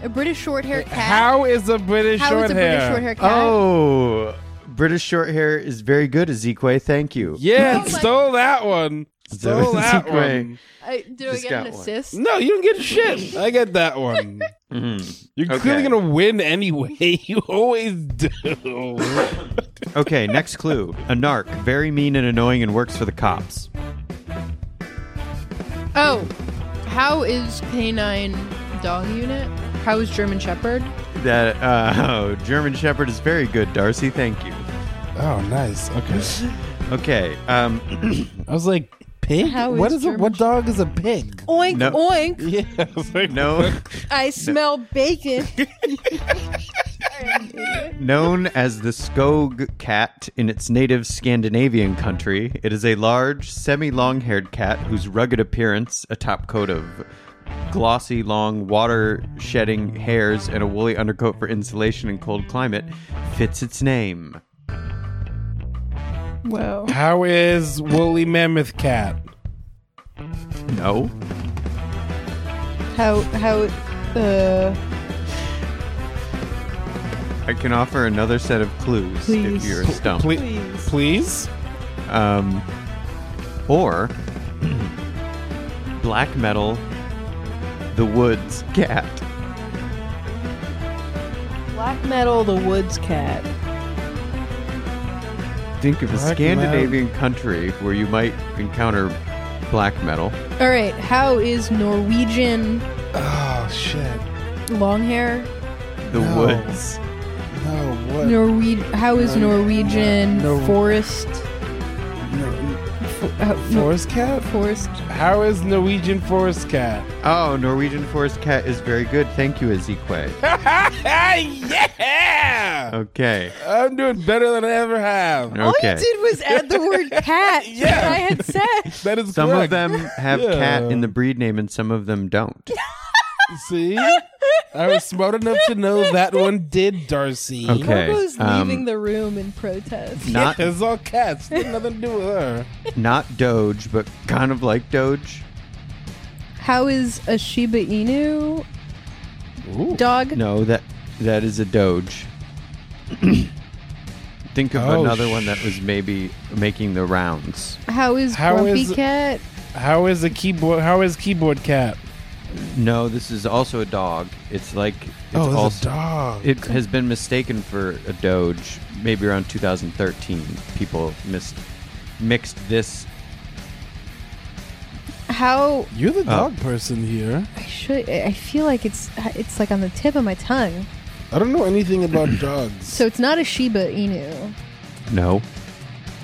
S10: A British short hair cat.
S9: How is a British
S10: How
S9: short
S10: is a
S9: hair?
S10: British short hair cat?
S8: Oh, British short hair is very good, Ezekwe. Thank you.
S10: Oh
S9: Yeah, stole that one. Stole that
S8: Ezekwe.
S9: one.
S10: Uh, I, did
S8: Just
S10: I get
S8: got
S10: an
S8: one.
S10: assist?
S9: No, you don't get shit. I get that one.
S8: Mhm.
S9: You're
S8: Okay.
S9: clearly gonna win anyway. You always do.
S8: Okay, next clue. A narc, very mean and annoying, and works for the cops.
S10: Oh, how is canine dog unit? How is German Shepherd?
S8: That uh, oh, German Shepherd is very good, Darcy. Thank you.
S9: oh, nice. Okay.
S8: Okay. Um,
S9: I was like, pig.
S10: How
S9: what
S10: is
S9: is it? What dog is a pig?
S10: Oink
S8: No.
S10: oink!
S9: Yeah. I was like,
S8: no,
S10: I smell bacon.
S8: known as the Skog cat in its native Scandinavian country, it is a large, semi-long-haired cat whose rugged appearance, a top coat of glossy, long, water-shedding hairs, and a woolly undercoat for insulation in cold climate, fits its name.
S10: Whoa.
S9: How is woolly mammoth cat?
S8: No.
S10: How how uh
S8: I can offer another set of clues if
S10: Please.
S8: you're stumped.
S9: Ple- please.
S8: Um, or black metal, the woods cat.
S10: black metal the woods cat.
S8: Think of a
S9: Black
S8: Scandinavian country where you might encounter black metal.
S10: All right, how is Norwegian
S9: Oh shit.
S10: long hair?
S8: The
S9: No.
S8: woods.
S9: No. What?
S10: Norwe- how is Norwegian
S9: Nor-
S10: forest
S9: No.
S10: fo- uh, no-
S9: Forest cat.
S10: forest?
S9: How is Norwegian forest cat?
S8: Oh, Norwegian forest cat is very good. Thank you, Ezekwe.
S9: yeah.
S8: Okay.
S9: I'm doing better than I ever have.
S8: Okay.
S10: All you did was add the word cat to what I had said.
S9: That is
S8: Some of
S9: correct.
S8: them have cat
S9: Yeah.
S8: in the breed name and some of them don't.
S9: See, I was smart enough to know that one did, Darcy.
S8: Okay.
S10: Bobo's
S8: um,
S10: leaving the room in protest.
S8: Not
S9: it's all cats. There's nothing to do with her.
S8: not Doge, but kind of like Doge.
S10: How is a Shiba Inu dog?
S8: No, that that is a Doge. Think of
S9: Oh,
S8: another
S9: sh-
S8: one that was maybe making the rounds.
S10: How is
S9: How
S10: Grumpy
S9: is-
S10: Cat?
S9: How is a keyboard? How is keyboard cat?
S8: No, this is also a dog. It's like it's
S9: oh, it's
S8: also
S9: a dog.
S8: It has been mistaken for a Doge. Maybe around 2013, people mis- mixed this.
S10: How
S9: You're the
S8: Oh.
S9: dog person here.
S10: I should? I I feel like it's it's like on the tip of my tongue.
S9: I don't know anything about dogs.
S10: So it's not a Shiba Inu,
S8: No,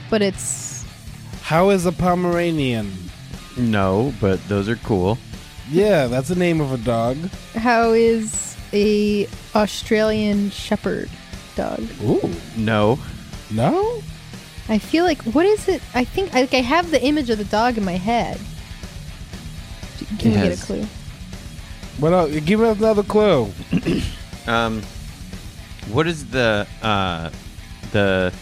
S10: but it's
S9: How is a Pomeranian?
S8: no, but those are cool.
S9: Yeah, that's the name of a dog.
S10: how is a Australian Shepherd dog?
S9: Ooh,
S8: No,
S9: no.
S10: I feel like what is it? I think like I have the image of the dog in my head. D- Can
S8: It
S10: we
S8: has-
S10: get a clue?
S9: What else? Give us another clue.
S8: Um, what is the uh, the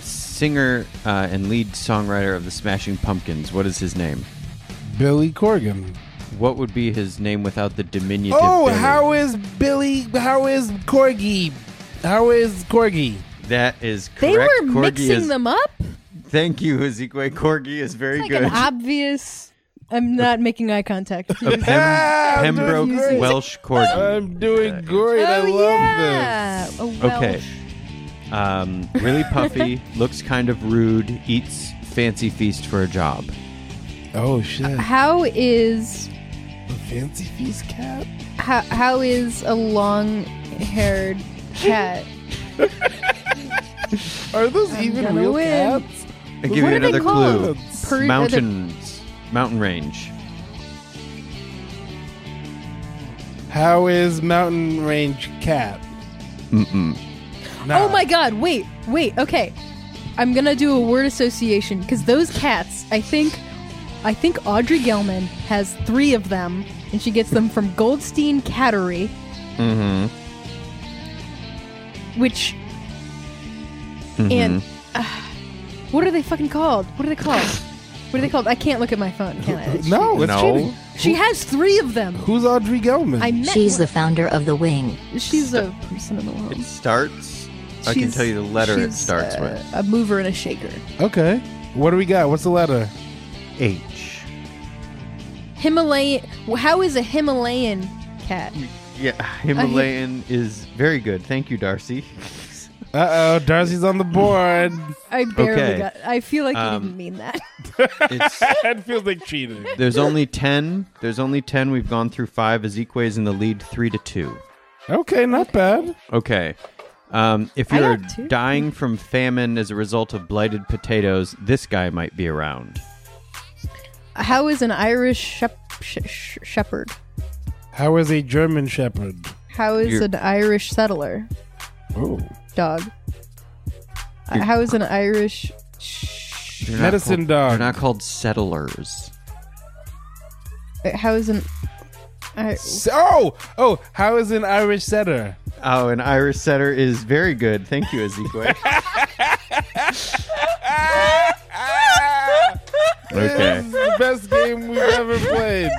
S8: singer uh, and lead songwriter of the Smashing Pumpkins? What is his name?
S9: Billy Corgan.
S8: What would be his name without the diminutive?
S9: Oh,
S8: Billy?
S9: how is Billy? How is Corgi? How is Corgi?
S8: that is correct.
S10: They were
S8: Corgi
S10: mixing
S8: is,
S10: them up.
S8: Thank you, Ezekwe. Corgi is very
S10: It's like
S8: good.
S10: an obvious. I'm not making eye contact.
S8: a Pem-
S9: Ah, I'm doing
S8: Pembroke
S9: great.
S8: Welsh Corgi.
S9: I'm doing great. I love
S10: Oh, yeah. Oh,
S9: this.
S10: A Welsh.
S8: Okay. Um, really puffy, looks kind of rude, eats fancy feast for a job.
S9: Oh shit!
S10: How is
S9: The fancy feast cat.
S10: how, how is a long-haired cat?
S9: Are those even
S10: gonna
S9: real
S10: win.
S9: cats?
S8: I give you
S10: what are they
S8: another clue.
S10: called? Per- are
S8: Mountains, mountain range.
S9: How is mountain range cat?
S8: Mm-mm.
S9: Nah.
S10: Oh my god, wait, wait, okay. I'm gonna do a word association, because those cats, I think I think Audrey Gelman has three of them, and she gets them from Goldstein Cattery. Mm-hmm. Which
S8: Mm-hmm.
S10: and uh, what are they fucking called? What are they called? What are they called? I can't look at my phone, can I? It's
S9: No, it's
S10: cheating.
S9: No.
S10: cheating. She has three of them.
S9: Who's Audrey Gelman?
S10: I met
S6: She's the founder of The Wing.
S10: She's a person in the world.
S8: It starts. I can
S10: Oh. She's-
S8: tell you the letter it
S10: she's,
S8: starts
S10: uh,
S8: with.
S10: A mover and a shaker.
S9: Okay. What do we got? What's the letter?
S8: H.
S10: Himalayan. well, How is a Himalayan cat?
S8: Yeah, Himalayan is very good. Thank you, Darcy.
S9: Uh oh, Darcy's on the board.
S10: I barely
S8: Okay.
S10: got. I feel like you didn't
S8: Um,
S10: mean that.
S8: It's
S9: that feels like cheating.
S8: there's only ten. There's only ten. We've gone through five. Ezekiel's in the lead, three to two.
S9: Okay, not bad.
S8: Okay. Um, if
S10: I
S8: you're
S10: got two.
S8: dying from famine as a result of blighted potatoes, this guy might be around.
S10: How is an Irish shep- sh- sh- shepherd?
S9: How is a German Shepherd?
S10: How is
S8: You're-
S10: an Irish settler
S9: Oh.
S10: dog? Uh, how is an Irish?
S8: They're not
S9: Medicine
S8: called-
S9: dog.
S8: They're not called settlers.
S10: uh, How is an? I,
S9: So, oh, oh, how is an Irish setter?
S8: Oh, an Irish setter is very good. Thank you, Ezekiel.
S9: This
S8: okay.
S9: is the best game we've ever played.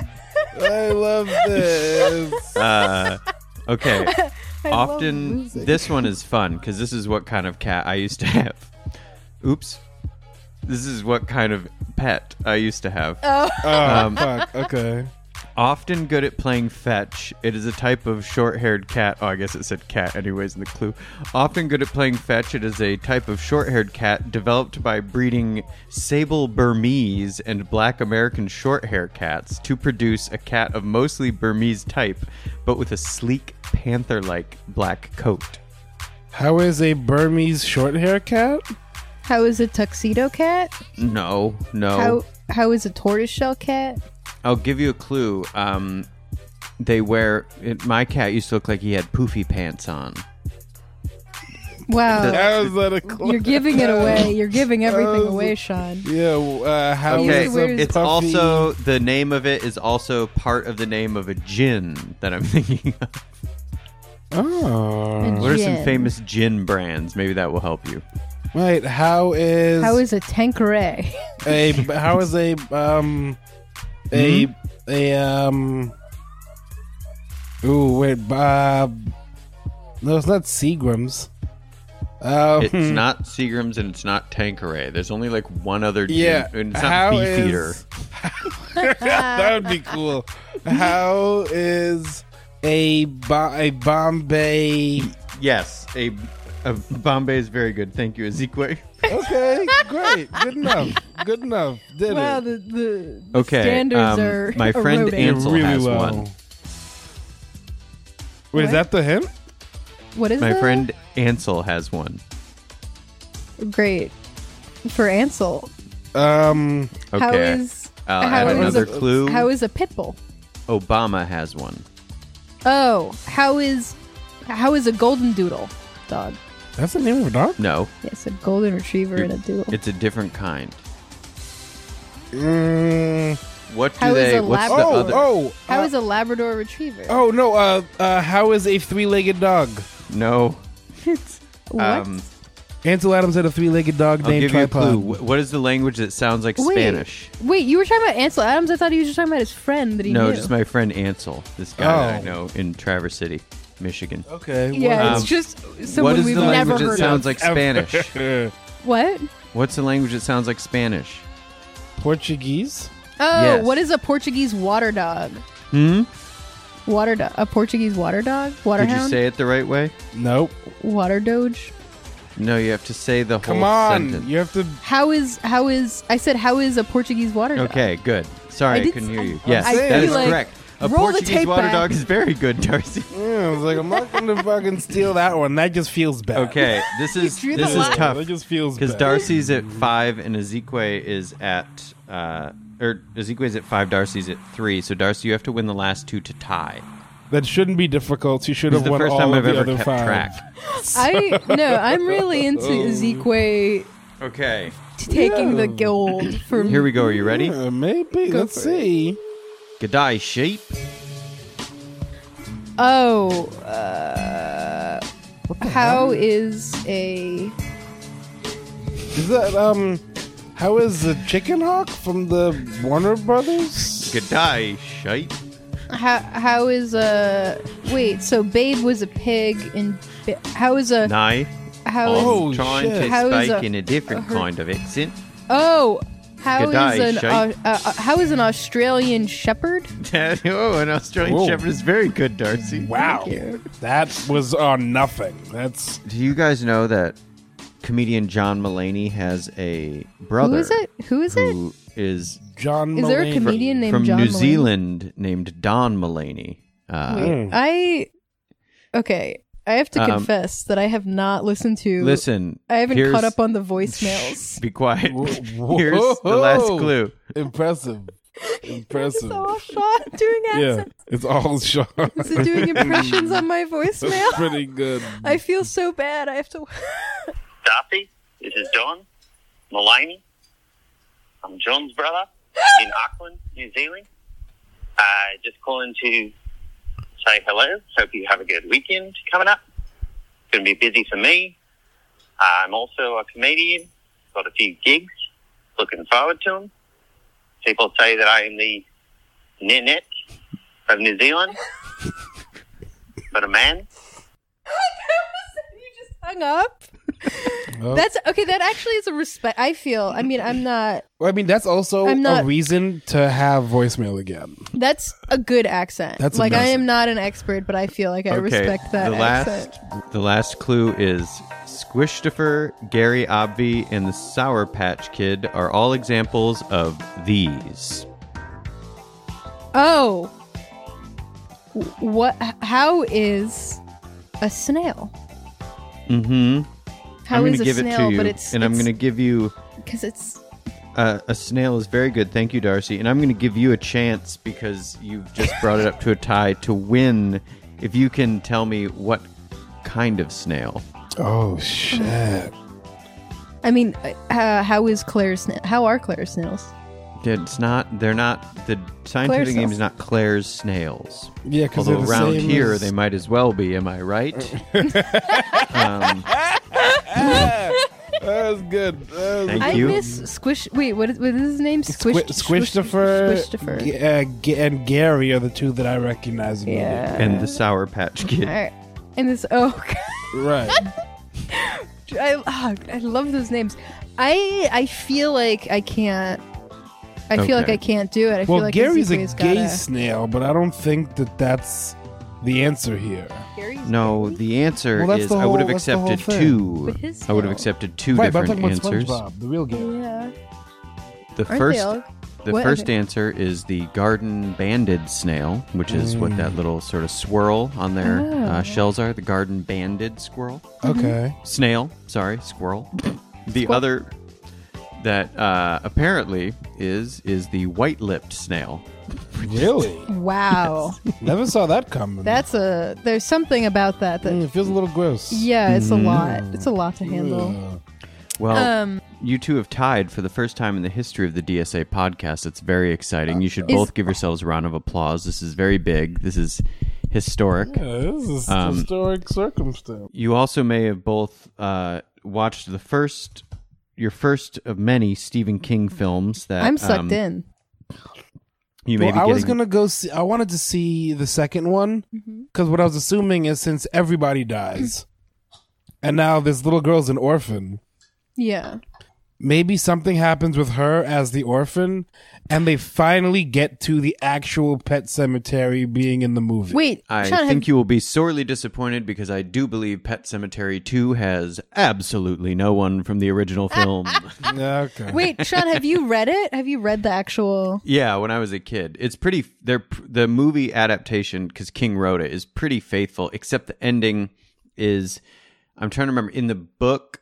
S9: I love this.
S8: Uh, okay.
S10: love
S8: Often,
S10: losing.
S8: this one is fun because this is what kind of cat I used to have. Oops. This is what kind of pet I used to have.
S9: Oh, fuck. Okay.
S8: Often good at playing fetch, it is a type of short haired cat. Oh, I guess it said cat, anyways, in the clue. Often good at playing fetch, it is a type of short haired cat developed by breeding sable Burmese and black American short hair cats to produce a cat of mostly Burmese type, but with a sleek panther like black coat.
S9: How is a Burmese short hair cat?
S10: how is a tuxedo cat?
S8: No, no.
S10: How how is a tortoiseshell cat?
S8: I'll give you a clue. Um, they wear. It, my cat used to look like he had poofy pants on.
S10: Wow.
S9: How is that
S10: You're
S9: a clue?
S10: giving it away. You're giving everything
S9: Oh.
S10: away, Sean.
S9: Yeah, uh, how is
S8: Okay,
S10: He's the weirdest-
S9: a
S8: it's
S9: puffy-
S8: also the name of it is also part of the name of a gin that I'm thinking of.
S9: Oh.
S8: What are some
S10: Gin.
S8: famous gin brands? Maybe that will help you.
S9: Wait, how is
S10: How is a Tanqueray?
S9: a how is a um a a um Ooh, wait, uh, No, it's not Seagram's. Um,
S8: It's
S10: Hmm.
S8: not Seagram's and it's not Tanqueray. There's only like one other gin.
S9: Yeah,
S8: and it's
S9: how
S8: not Beefeater.
S9: is- that would be cool. How is a bo- a Bombay
S8: Yes, a, a Bombay is very good. Thank you, Ezekiel.
S9: Okay, great. Good enough. Good enough. Did
S10: wow,
S9: it.
S10: the, the
S8: Okay,
S10: standards
S8: um,
S10: are
S8: my friend
S10: eroding.
S8: Ansel- has one.
S9: Wait, is
S10: What?
S9: that the hint?
S10: What is
S8: My
S10: that?
S8: friend Ansel has one.
S10: Great for Ansel.
S9: Um,
S8: Okay.
S10: How is
S8: I'll
S10: how
S8: add
S10: is
S8: Uh, another
S10: a,
S8: clue.
S10: How is a pit bull?
S8: Obama has one.
S10: Oh, how is how is a golden doodle dog?
S9: that's the name of a dog.
S8: No,
S10: Yes, a golden retriever and a doodle.
S8: it's a different kind.
S9: Mm,
S8: What do
S10: How is
S8: they?
S10: a
S8: What's the
S10: lab-
S9: oh,
S8: other?
S9: oh,
S10: How
S9: uh,
S10: is a Labrador retriever?
S9: oh no. Uh, uh, how is a three-legged dog?
S8: No.
S10: what?
S8: Um,
S9: Ansel Adams had a three-legged dog
S8: I'll
S9: named
S8: give
S9: Tripod.
S8: you a clue. Wh- What is the language that sounds like
S10: Wait.
S8: Spanish?
S10: Wait, you were talking about Ansel Adams. I thought he was just talking about his friend that he
S8: No,
S10: knew.
S8: just my friend Ansel, this guy that I
S9: Oh.
S8: know in Traverse City, Michigan.
S9: Okay.
S10: yeah, it's
S8: Um,
S10: just
S8: what
S10: someone
S8: is
S10: we've
S8: the
S10: never
S8: language
S10: heard
S8: that
S10: of.
S8: sounds like Spanish?
S9: Spanish.
S10: what?
S8: What's the language that sounds like Spanish?
S9: Portuguese.
S10: Oh,
S8: Yes.
S10: what is a Portuguese water dog?
S8: Hmm?
S10: Water dog. A Portuguese water dog? Water
S8: Did you
S10: hound?
S8: say it the right way?
S9: Nope.
S10: water doge?
S8: No, you have to say the
S9: Come
S8: whole
S9: on.
S8: sentence.
S9: You have to.
S10: How is how is I said how is a Portuguese water dog?
S8: Okay, good.
S10: I
S8: Sorry, I,
S10: did-
S8: couldn't hear
S10: I-
S8: you.
S10: I'm
S8: Yes,
S10: saying-
S8: that
S10: I
S8: is
S10: feel like-
S8: correct. A
S10: roll the
S8: Portuguese
S10: tape
S8: water
S10: back.
S8: dog is very good, Darcy.
S9: Yeah, I was like, I'm not going to fucking steal that one. That just feels bad.
S8: Okay, this is
S10: drew the
S8: this is
S10: line.
S8: tough.
S9: That just feels
S8: Because
S9: bad.
S8: Darcy's at five and Ezekiel is at uh, or Ezekiel's at five, Darcy's at three. So Darcy, you have to win the last two to tie.
S9: That shouldn't be difficult. You should
S8: This
S9: have
S8: is the
S9: won
S8: first
S9: all
S8: time
S9: of
S8: I've
S9: the
S8: ever
S9: other
S8: kept
S9: five.
S8: track.
S10: I no, I'm really into
S8: Oh.
S10: Ezekiel
S8: Okay,
S10: t- taking the gold for
S8: here we go. Are you ready?
S9: Uh, maybe.
S10: Go
S9: Let's
S10: for it.
S9: see.
S8: G'day, sheep.
S10: Oh, uh, how is a
S9: Is that um? How is the chicken hawk from the Warner Brothers?
S8: G'day, shite.
S10: How how is a uh, wait? So Babe was a pig, and ba- how is a
S8: Nay,
S10: how
S8: I'm
S10: is
S8: trying to
S10: How is
S8: speak
S10: a-
S8: in a different
S10: her-
S8: kind of accent.
S10: oh how is
S8: G'day,
S10: an
S8: Shite.
S10: uh, uh, uh, how is an Australian Shepherd?
S8: oh, an Australian
S9: Whoa.
S8: Shepherd is very good, Darcy.
S9: Wow.
S10: you.
S9: That was on nothing. That's
S8: Do you guys know that comedian John Mullaney has a brother?
S10: Who is it? Who is it?
S8: Who is
S9: John
S10: Is there a
S9: Mulaney.
S10: comedian? named
S8: from
S10: John
S8: New
S10: Mulaney?
S8: Zealand named Don Mullaney? Uh,
S10: Wait, I okay. I have to
S8: Um,
S10: confess that I have not listened to.
S8: listen,
S10: I haven't
S8: here's-
S10: caught up on the voicemails.
S8: Be quiet.
S9: Whoa.
S8: Here's the last clue.
S9: Impressive. Impressive.
S10: so all shot doing
S9: yeah,
S10: accents.
S9: it's all Sean.
S10: Is it doing impressions on my voicemail?
S9: That's pretty good.
S10: I feel so bad. I have to.
S12: Darcy, this is Don Mulaney. I'm John's brother in Auckland, New Zealand. Uh, just calling to say hello. Hope you have a good weekend coming up. It's going to be busy for me. I'm also a comedian. Got a few gigs. Looking forward to them. People say that I am the Nanette of New Zealand, but a man.
S10: you just hung up. That's okay. That actually is a respect. I feel. I mean, I'm not.
S9: Well, I mean, that's also
S10: I'm
S9: a
S10: not-
S9: reason to have voicemail again.
S10: That's a good accent.
S9: That's
S10: like I
S9: amazing.
S10: am not an expert, but I feel like I respect that
S8: the
S10: accent.
S8: last the last clue is Squishtifer, Gary Obvi, and the Sour Patch Kid are all examples of these.
S10: Oh, Wh- what? h- How is a snail?
S8: Mm-hmm.
S10: How
S8: I'm gonna
S10: is a
S8: give
S10: snail?
S8: it to you,
S10: but it's
S8: and I'm going to give you
S10: because it's
S8: uh, a snail is very good. Thank you, Darcy. And I'm going to give you a chance because you've just brought it up to a tie to win. If you can tell me what kind of snail.
S9: Oh shit!
S10: I mean, uh, how is Claire's snail? How are Claire's snails?
S8: It's not. They're not. The scientific name
S10: snails.
S8: is not Claire's snails.
S9: Yeah, 'cause
S8: although
S9: they're the
S8: around
S9: same
S8: here
S9: as-
S8: they might as well be. Am I right? um,
S9: That was good. That was
S8: Thank
S10: I
S8: you.
S10: miss Squish. Wait, what is, what is his name? Squish.
S9: Squi- Squishtifer,
S10: Squishtifer.
S9: G- uh, G- and Gary are the two that I recognize. immediately.
S10: Yeah.
S8: and the Sour Patch Kid.
S10: All right. And this. Oh, God.
S9: Right.
S10: I, ah, I love those names. I I feel like I can't. I feel like
S8: Okay.
S10: I can't do it. I feel
S9: well,
S10: like
S9: Gary's a
S10: Ezekiel's
S9: gay
S10: gotta-
S9: snail, but I don't think that that's the answer here.
S8: No, the answer
S9: Well, that's
S8: is
S9: the
S8: I would have
S9: whole- that's the whole
S8: accepted
S9: thing.
S8: two.
S10: But his
S8: I would have
S10: snail-
S8: accepted two
S9: right, but I'm
S8: different
S9: talking about
S8: answers.
S9: SpongeBob, the real Gary.
S10: Yeah.
S8: The
S10: Aren't they
S8: first,
S10: all-
S8: the
S10: What?
S8: first
S10: Okay.
S8: answer is the garden banded snail, which is what that little sort of swirl on their
S10: Oh.
S8: uh, shells are. The garden banded squirrel,
S9: Okay.
S8: snail. Sorry, squirrel. The other that uh, apparently is is the white lipped snail.
S9: Really?
S10: Wow.
S9: Never saw that coming.
S10: That's a. There's something about that that.
S9: Mm, it feels a little gross.
S10: Yeah, it's a lot.
S8: Mm-hmm.
S10: It's a lot to handle.
S9: Ugh.
S8: Well,
S10: Um,
S8: you two have tied for the first time in the history of the DSA podcast. It's very exciting. You should
S10: Is-
S8: both give yourselves a round of applause. This is very big. This is historic.
S9: Yeah, this is a
S8: Um,
S9: historic circumstance.
S8: You also may have both uh, watched the first, your first of many Stephen King films that
S10: I'm sucked
S8: um,
S10: in.
S8: You may
S9: Well,
S8: be
S9: I was
S8: getting-
S9: gonna go. See, I wanted to see the second one
S10: Mm-hmm.
S9: because what I was assuming is since everybody dies, and now this little girl's an orphan.
S10: Yeah.
S9: Maybe something happens with her as the orphan, and they finally get to the actual pet cemetery being in the movie.
S10: Wait,
S8: I
S10: Sean,
S8: think
S10: have,
S8: you will be sorely disappointed because I do believe Pet Cemetery 2 has absolutely no one from the original film.
S9: okay.
S10: wait, Sean, have you read it? Have you read the actual?
S8: yeah, when I was a kid. It's pretty they're the movie adaptation cuz King wrote it is pretty faithful except the ending is I'm trying to remember in the book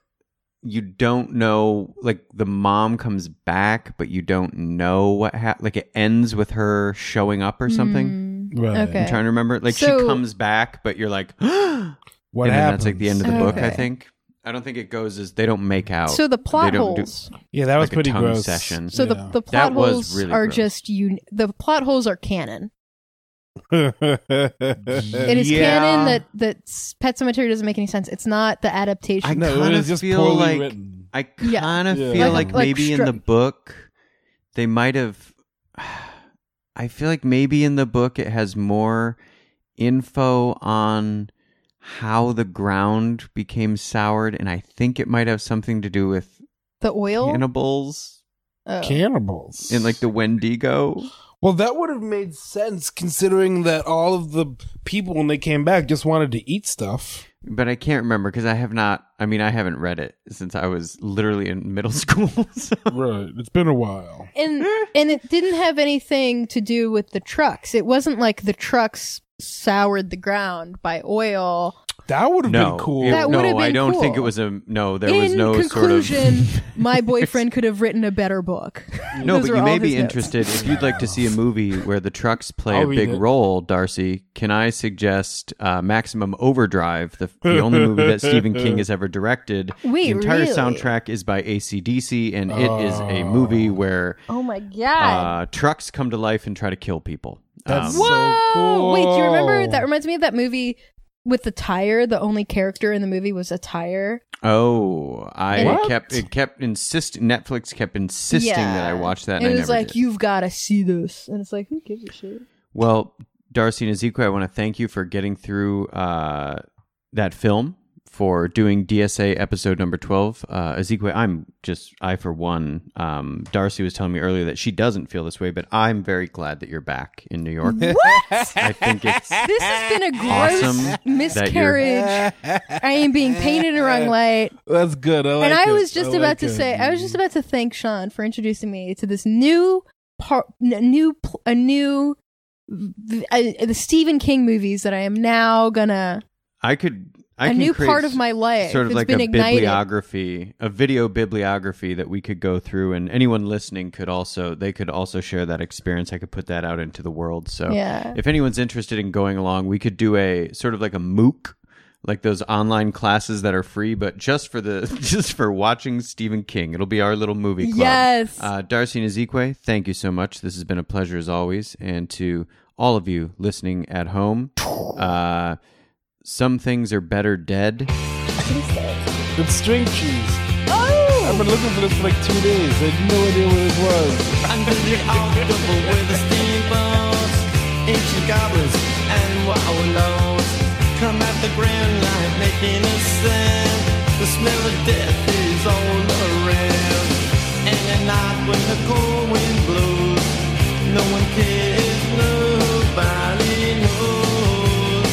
S8: you don't know like the mom comes back but you don't know what hap like it ends with her showing up or something.
S10: Hmm.
S9: Right.
S10: Okay.
S8: I'm trying to remember like she
S10: Mm-hmm. So-
S8: comes back but you're like
S9: What
S8: and then that's
S9: happens?
S8: like the end of the book, I
S10: Okay.
S8: think. I don't think it goes as they don't make out.
S10: So the plot
S8: Oh, They don't do-
S10: holes.
S9: Yeah, that was
S8: like a
S9: pretty
S8: tongue
S9: gross.
S8: session.
S10: So
S9: Yeah.
S10: the, the plot
S8: was
S10: holes
S8: really
S10: are
S8: gross.
S10: just you. The plot holes are canon.
S9: it
S10: It is
S8: Yeah.
S10: canon that that s- Pet Cemetery doesn't make any sense. It's not the adaptation.
S8: I
S9: No, it
S8: kinda
S9: was just
S8: feel
S9: poorly
S8: like
S9: written.
S8: I
S10: Yeah.
S8: kind of
S10: Yeah.
S8: feel
S10: Like
S8: like,
S10: a- like
S8: maybe in
S10: stri-
S8: the book they might have. I feel like maybe in the book it has more info on how the ground became soured, and I think it might have something to do with
S10: The oil.
S8: cannibals
S10: Oh.
S9: Cannibals.
S8: and like the Wendigo.
S9: uh, Well, that would have made sense considering that all of the people when they came back just wanted to eat stuff.
S8: But I can't remember because I have not. I mean, I haven't read it since I was literally in middle school. so.
S9: Right, it's been a while.
S10: and and it didn't have anything to do with the trucks. It wasn't like the trucks soured the ground by oil.
S9: That would have
S8: No,
S9: been cool.
S8: it-
S10: That
S8: no,
S10: would have
S8: I
S10: been
S8: don't think it
S10: cool.
S8: was a no. There
S10: In
S8: was no
S10: conclusion,
S8: sort
S10: my boyfriend could have written a better book.
S8: of no.
S10: Those
S8: But
S10: are
S8: you
S10: all
S8: may
S10: of
S8: be
S10: his notes.
S8: interested if you'd like to see a movie where the trucks play
S9: I'll
S8: a
S9: read
S8: big
S9: it.
S8: role. Darcy, can I suggest uh, Maximum Overdrive, the, the only movie that Stephen King has ever directed?
S10: Wait,
S8: the entire
S10: really?
S8: soundtrack is by ACDC, and it is a movie where
S10: Oh my god!
S8: uh, trucks come to life and try to kill people.
S9: That's
S8: Um,
S9: so cool.
S10: Wait, do you remember? That reminds me of that movie with the tire. The only character in the movie was a tire.
S8: Oh, I
S10: What?
S8: kept it kept insist Netflix kept insisting that I watch that. And
S10: It
S8: I
S10: was
S8: never
S10: like
S8: did.
S10: you've got to see this, and it's like who gives a shit?
S8: Well, Darcy and Ezekiel, I want to thank you for getting through uh, that film for doing DSA episode number twelve. Uh, Ezekiel, I'm just I for one. Um, Darcy was telling me earlier that she doesn't feel this way, but I'm very glad that you're back in New York. I think it's
S10: This has been a gross
S8: Awesome that you're-
S10: miscarriage. I am being painted in the wrong light.
S9: That's good. I like
S10: and I
S9: it.
S10: was just
S9: like
S10: about to
S9: it. Mm-hmm.
S10: say, I was just about to thank Sean for introducing me to this new part, n- new pl- a new v- uh, the Stephen King movies that I am now gonna
S8: I could I
S10: A
S8: can
S10: new
S8: create
S10: part of my life
S8: Sort of
S10: that's
S8: like
S10: been
S8: a
S10: ignited.
S8: bibliography, a video bibliography that we could go through, and anyone listening could also they could also share that experience. I could put that out into the world. So
S10: Yeah.
S8: if anyone's interested in going along, we could do a sort of like a MOOC. Like those online classes that are free, but just for the just for watching Stephen King, it'll be our little movie club.
S10: Yes.
S8: uh, Darcy and Ezekwe, thank you so much. This has been a pleasure as always, and to all of you listening at home, uh, some things are better dead.
S9: It's string cheese. Oh! I've been looking for this for like two days. I had no idea what it was.
S13: ancient goblins and wallows come at the grand light making a sound the smell of death is all around and at night when the cold wind blows no one cares nobody knows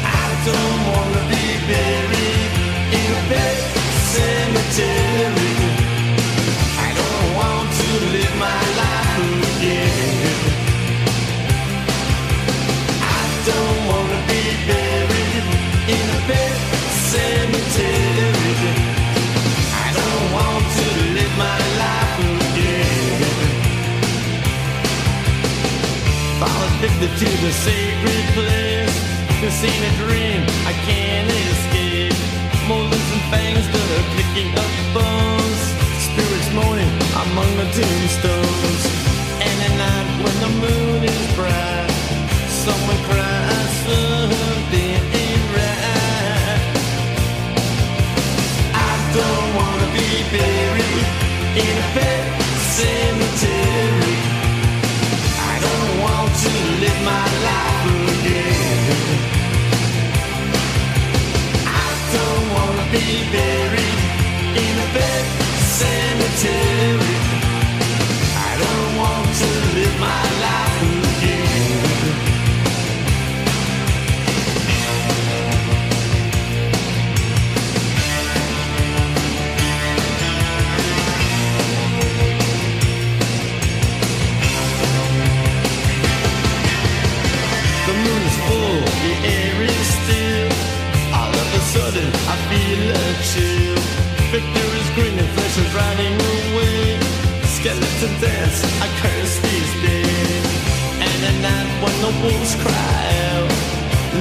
S13: I don't wanna be buried in a pet cemetery I don't want to live my life again don't wanna be buried in a big cemetery. I don't want to live my life again. Fall addicted to the sacred place. This ain't a dream I can't escape. Molding some fangs that are picking up bones. Spirits moaning among the tombstones. And at night when the moon is bright, someone cries something ain't right. I don't wanna be buried in a pet cemetery. I don't want to live my life again. I don't wanna be buried in a bed cemetery. I don't want to live my life again. The moon is full, the air is still. All of a sudden, I feel a chill. Victor is grinning, flesh is riding away. Skeleton dance, I curse these days. And at night when the wolves cry out,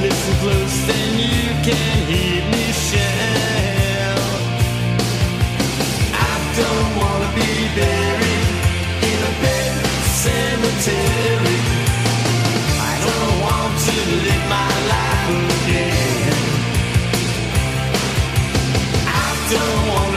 S13: listen close, then you can hear me shout. I don't wanna be buried in a big cemetery. I don't want to live my life again. I don't want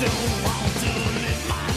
S13: don't want to let my